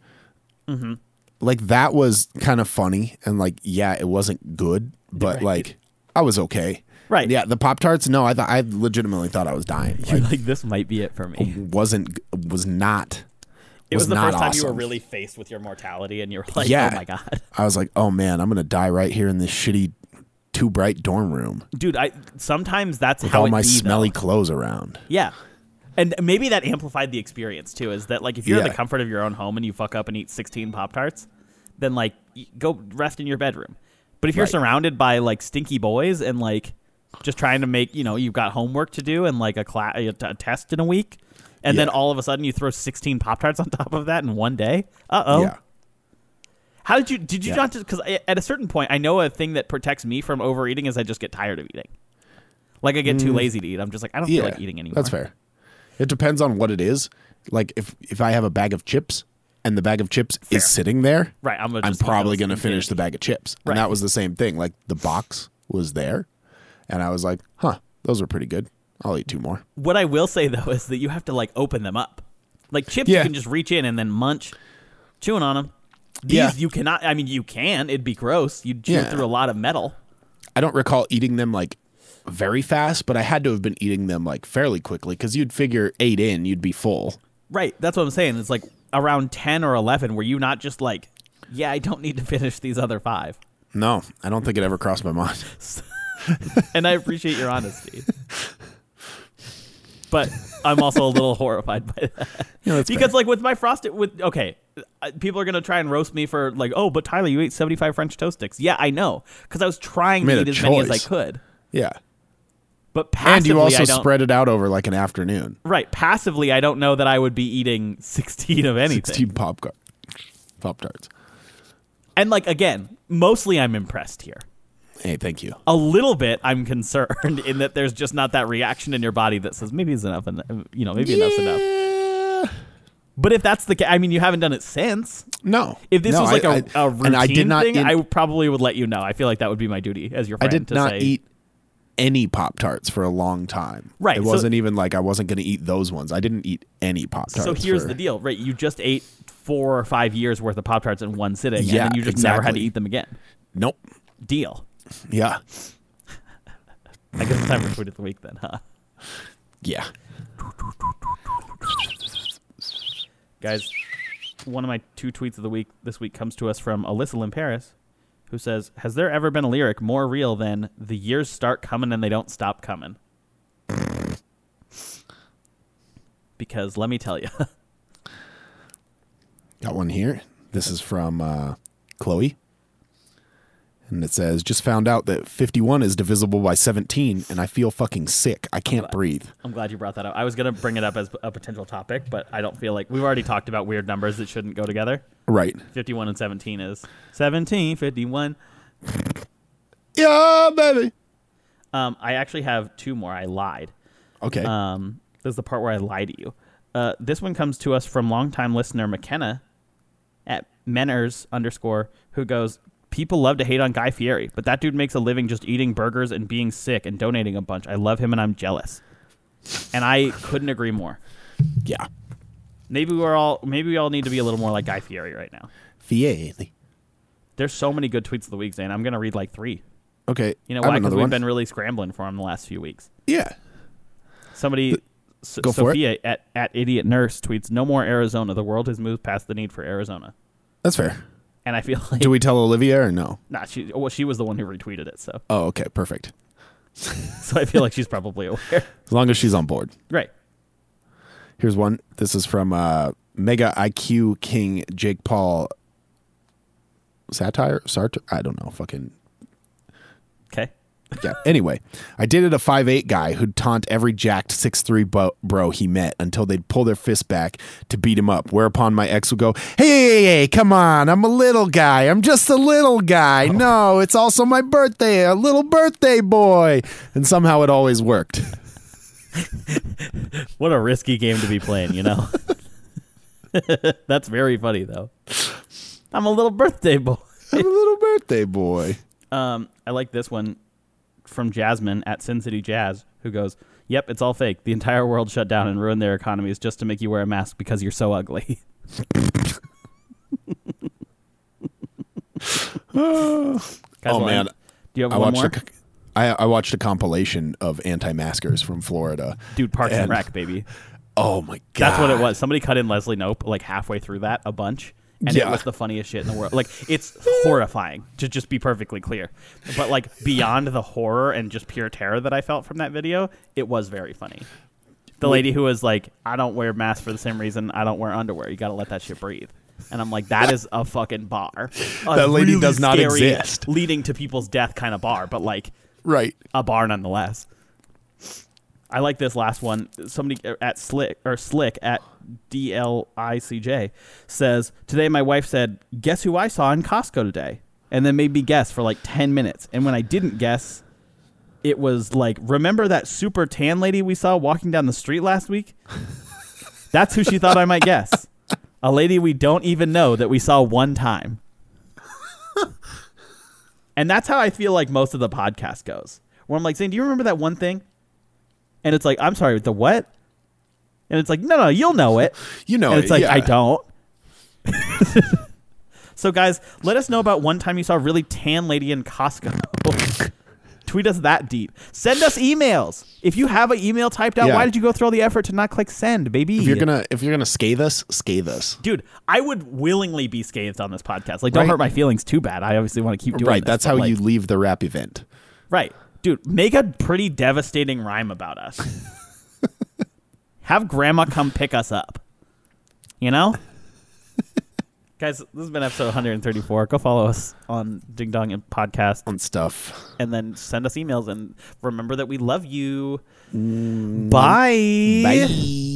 [SPEAKER 3] Mm-hmm.
[SPEAKER 2] like that was kind of funny. And like, yeah, it wasn't good, but like, I was okay.
[SPEAKER 3] Right.
[SPEAKER 2] Yeah. The Pop Tarts, no, I thought I legitimately thought I was dying.
[SPEAKER 3] You're
[SPEAKER 2] Like,
[SPEAKER 3] like, this might be it for me.
[SPEAKER 2] wasn't, was not.
[SPEAKER 3] It was, the
[SPEAKER 2] not
[SPEAKER 3] first time you were
[SPEAKER 2] awesome.
[SPEAKER 3] really faced with your mortality, and you're like,
[SPEAKER 2] yeah.
[SPEAKER 3] oh my God. [laughs]
[SPEAKER 2] I was like, oh man, I'm gonna die right here in this shitty, too bright dorm room
[SPEAKER 3] Dude, I sometimes that's
[SPEAKER 2] with
[SPEAKER 3] how
[SPEAKER 2] all
[SPEAKER 3] it
[SPEAKER 2] my
[SPEAKER 3] be, though.
[SPEAKER 2] smelly clothes around.
[SPEAKER 3] Yeah. And maybe that amplified the experience too, is that like if you're in
[SPEAKER 2] Yeah.
[SPEAKER 3] the comfort of your own home and you fuck up and eat 16 Pop Tarts, then like y- go rest in your bedroom. But if you're
[SPEAKER 2] Right.
[SPEAKER 3] surrounded by like stinky boys and like just trying to make, you know, you've got homework to do and like a, cla- a, t- a test in a week, and then
[SPEAKER 2] Yeah.
[SPEAKER 3] all of a sudden you throw 16 Pop Tarts on [laughs] top of that in one day. Uh oh.
[SPEAKER 2] Yeah,
[SPEAKER 3] How did you, did you
[SPEAKER 2] Yeah.
[SPEAKER 3] not just, because at a certain point, I know a thing that protects me from overeating is I just get tired of eating. Like I get too lazy to eat. I'm just like, I don't
[SPEAKER 2] Mm. yeah,
[SPEAKER 3] feel like eating anymore.
[SPEAKER 2] That's fair. It depends on what it is. Like if if I have a bag of chips and the bag of chips is sitting there,
[SPEAKER 3] Right, I'm gonna
[SPEAKER 2] I'm
[SPEAKER 3] just eat
[SPEAKER 2] probably
[SPEAKER 3] those
[SPEAKER 2] gonna finish the bag of chips.
[SPEAKER 3] Right.
[SPEAKER 2] And that was the same thing. Like the box was there, and I was like, huh, those are pretty good. I'll eat two more.
[SPEAKER 3] What I will say though is that you have to like open them up. Like chips,
[SPEAKER 2] Yeah.
[SPEAKER 3] you can just reach in and then munch, chewing on them. These
[SPEAKER 2] Yeah.
[SPEAKER 3] you cannot. I mean, you can. It'd be gross. You'd chew
[SPEAKER 2] Yeah.
[SPEAKER 3] through a lot of metal.
[SPEAKER 2] I don't recall eating them like very fast, but I had to have been eating them like fairly quickly because you'd figure eight in, you'd be full.
[SPEAKER 3] Right. That's what I'm saying. It's like around ten or eleven. Were you not just like, yeah, I don't need to finish these other five?
[SPEAKER 2] No, I don't think it ever crossed my mind. [laughs]
[SPEAKER 3] And I appreciate your honesty. But I'm also a little horrified by that.
[SPEAKER 2] No, that's
[SPEAKER 3] because
[SPEAKER 2] fair.
[SPEAKER 3] like with my frosted with okay I- people are gonna try and roast me for like oh but tyler you ate 75 french toast sticks yeah i know because i was trying
[SPEAKER 2] Made
[SPEAKER 3] to
[SPEAKER 2] a
[SPEAKER 3] eat as many as i
[SPEAKER 2] choice.
[SPEAKER 3] could
[SPEAKER 2] yeah.
[SPEAKER 3] but passively
[SPEAKER 2] And you also
[SPEAKER 3] I don't,
[SPEAKER 2] spread it out over like an afternoon.
[SPEAKER 3] right passively i don't know that i would be eating [laughs] 16
[SPEAKER 2] [laughs]
[SPEAKER 3] of anything
[SPEAKER 2] 16 pop pop tarts.
[SPEAKER 3] and like again mostly i'm impressed here
[SPEAKER 2] Hey, thank you.
[SPEAKER 3] a little bit i'm [laughs] concerned in that there's just not that reaction in your body that says maybe it's enough and you know maybe enough's enough
[SPEAKER 2] Yeah.
[SPEAKER 3] but if that's the case i mean you haven't done it since
[SPEAKER 2] No.
[SPEAKER 3] if this
[SPEAKER 2] No,
[SPEAKER 3] was like a
[SPEAKER 2] I- I-
[SPEAKER 3] a routine
[SPEAKER 2] and I did not
[SPEAKER 3] thing,
[SPEAKER 2] in-
[SPEAKER 3] I probably would let you know. I feel like that would be my duty as your
[SPEAKER 2] I
[SPEAKER 3] friend.
[SPEAKER 2] did
[SPEAKER 3] to
[SPEAKER 2] not
[SPEAKER 3] say,
[SPEAKER 2] eat any Pop Tarts for a long time.
[SPEAKER 3] Right,
[SPEAKER 2] It
[SPEAKER 3] so-
[SPEAKER 2] wasn't even like I wasn't going to eat those ones. I didn't eat any Pop Tarts.
[SPEAKER 3] So here's
[SPEAKER 2] for,
[SPEAKER 3] the deal, right? You just ate four or five years worth of Pop Tarts in one sitting,
[SPEAKER 2] Yeah,
[SPEAKER 3] and then you just never had
[SPEAKER 2] exactly.
[SPEAKER 3] to eat them again.
[SPEAKER 2] Nope.
[SPEAKER 3] Deal.
[SPEAKER 2] Yeah.
[SPEAKER 3] I guess it's time for tweet of the week then, huh?
[SPEAKER 2] Yeah.
[SPEAKER 3] Guys, one of my two tweets of the week this week comes to us from Alyssa Lynn Paris, who says, "Has there ever been a lyric more real than the years start coming and they don't stop coming?" Because let me tell you,
[SPEAKER 2] Got one here. This is from uh, Chloe. And it says, just found out that 51 is divisible by 17, and I feel fucking sick. I can't breathe.
[SPEAKER 3] I'm glad you brought that up. I was gonna bring it up as a potential topic, but I don't feel like we've already talked about weird numbers that shouldn't go together.
[SPEAKER 2] Right.
[SPEAKER 3] 51 and 17 is 17, 51.
[SPEAKER 2] Yeah, baby.
[SPEAKER 3] Um, I actually have two more. I lied.
[SPEAKER 2] Okay.
[SPEAKER 3] Um, this is the part where I lie to you. Uh, this one comes to us from longtime listener McKenna at Meners underscore who goes, People love to hate on Guy Fieri, but that dude makes a living just eating burgers and being sick and donating a bunch. I love him and I'm jealous. And I couldn't agree more.
[SPEAKER 2] yeah.
[SPEAKER 3] Maybe we're all maybe we all need to be a little more like Guy Fieri right now.
[SPEAKER 2] Fieri.
[SPEAKER 3] There's so many good tweets of the week, Zane. I'm gonna read like three.
[SPEAKER 2] Okay.
[SPEAKER 3] You know
[SPEAKER 2] I have
[SPEAKER 3] why? Because
[SPEAKER 2] another
[SPEAKER 3] we've
[SPEAKER 2] one.
[SPEAKER 3] been really scrambling for him the last few weeks.
[SPEAKER 2] yeah.
[SPEAKER 3] Somebody, S-
[SPEAKER 2] go for it.
[SPEAKER 3] Sophia at, at Idiot Nurse tweets, "No more Arizona. The world has moved past the need for Arizona."
[SPEAKER 2] That's fair.
[SPEAKER 3] And I feel [laughs] like
[SPEAKER 2] Do we tell Olivia or no?
[SPEAKER 3] nah, she well, she was the one who retweeted it, so [laughs]
[SPEAKER 2] Oh, okay. Perfect.
[SPEAKER 3] so I feel like she's probably aware. [laughs]
[SPEAKER 2] As long as she's on board.
[SPEAKER 3] Right.
[SPEAKER 2] Here's one. This is from uh, Mega IQ King Jake Paul. Satire? Sartre? I don't know. Fucking
[SPEAKER 3] Okay.
[SPEAKER 2] yeah. Anyway, I dated a 5'8 guy who'd taunt every jacked 6'3 bo- bro he met until they'd pull their fist back to beat him up. Whereupon my ex would go, hey, hey, hey, come on. I'm a little guy. I'm just a little guy. No, it's also my birthday, a little birthday boy. And somehow it always worked.
[SPEAKER 3] What a risky game to be playing, you [laughs] know. That's very funny though. I'm a little birthday boy.
[SPEAKER 2] I'm [laughs] a little birthday boy.
[SPEAKER 3] Um, I like this one from Jasmine at Sin City Jazz, who goes, "Yep, it's all fake. The entire world shut down and ruined their economies just to make you wear a mask because you're
[SPEAKER 2] [laughs]
[SPEAKER 3] so ugly." [laughs] Guys,
[SPEAKER 2] Oh,
[SPEAKER 3] well,
[SPEAKER 2] man.
[SPEAKER 3] Do you have
[SPEAKER 2] I
[SPEAKER 3] one
[SPEAKER 2] watched,
[SPEAKER 3] more?
[SPEAKER 2] a, c- I, I watched a compilation of anti maskers from Florida.
[SPEAKER 3] Dude, Parks and
[SPEAKER 2] and- [laughs]
[SPEAKER 3] Rec, baby.
[SPEAKER 2] Oh, my God.
[SPEAKER 3] That's what it was. Somebody cut in Leslie Nope like halfway through that a bunch. And it
[SPEAKER 2] Yeah.
[SPEAKER 3] was the funniest shit in the world. Like it's horrifying to just be perfectly clear, but like beyond the horror and just pure terror that I felt from that video, it was very funny. The lady who was like, "I don't wear masks for the same reason I don't wear underwear. You got to let that shit breathe." And I'm like, "That is a fucking bar. A
[SPEAKER 2] That lady
[SPEAKER 3] really
[SPEAKER 2] does not
[SPEAKER 3] scary,
[SPEAKER 2] exist.
[SPEAKER 3] leading to people's death kind of bar, but like
[SPEAKER 2] Right.
[SPEAKER 3] a bar nonetheless. I like this last one. Somebody at Slick or Slick at D L I C J says today my wife said, "Guess who I saw in Costco today?" and then made me guess for like ten minutes. And when I didn't guess, it was like, "Remember that super tan lady we saw walking down the street last week?" That's who she thought I might guess. A lady we don't even know that we saw one time. And that's how I feel like most of the podcast goes. where I'm like, Zane, do you remember that one thing? And it's like, I'm sorry, the what? And it's like, no, no, you'll know it.
[SPEAKER 2] You know,
[SPEAKER 3] and it's like,
[SPEAKER 2] yeah.
[SPEAKER 3] I don't. [laughs] so, guys, let us know about one time you saw a really tan lady in Costco. Tweet us that deep. Send us emails. If you have an email typed out,
[SPEAKER 2] Yeah.
[SPEAKER 3] why did you go through all the effort to not click send, baby?
[SPEAKER 2] If you're gonna if you're gonna scathe us, scathe us.
[SPEAKER 3] Dude, I would willingly be scathed on this podcast. Like, don't
[SPEAKER 2] Right.
[SPEAKER 3] hurt my feelings too bad. I obviously want to keep doing
[SPEAKER 2] Right,
[SPEAKER 3] this,
[SPEAKER 2] that's
[SPEAKER 3] but,
[SPEAKER 2] how
[SPEAKER 3] like-
[SPEAKER 2] you leave the rap event.
[SPEAKER 3] Right. Dude, make a pretty devastating rhyme about us. Have grandma come pick us up. You know? Guys, this has been episode 134. Go follow us on Ding Dong and Podcast
[SPEAKER 2] on stuff.
[SPEAKER 3] and then send us emails and remember that we love you. Bye.
[SPEAKER 2] Bye.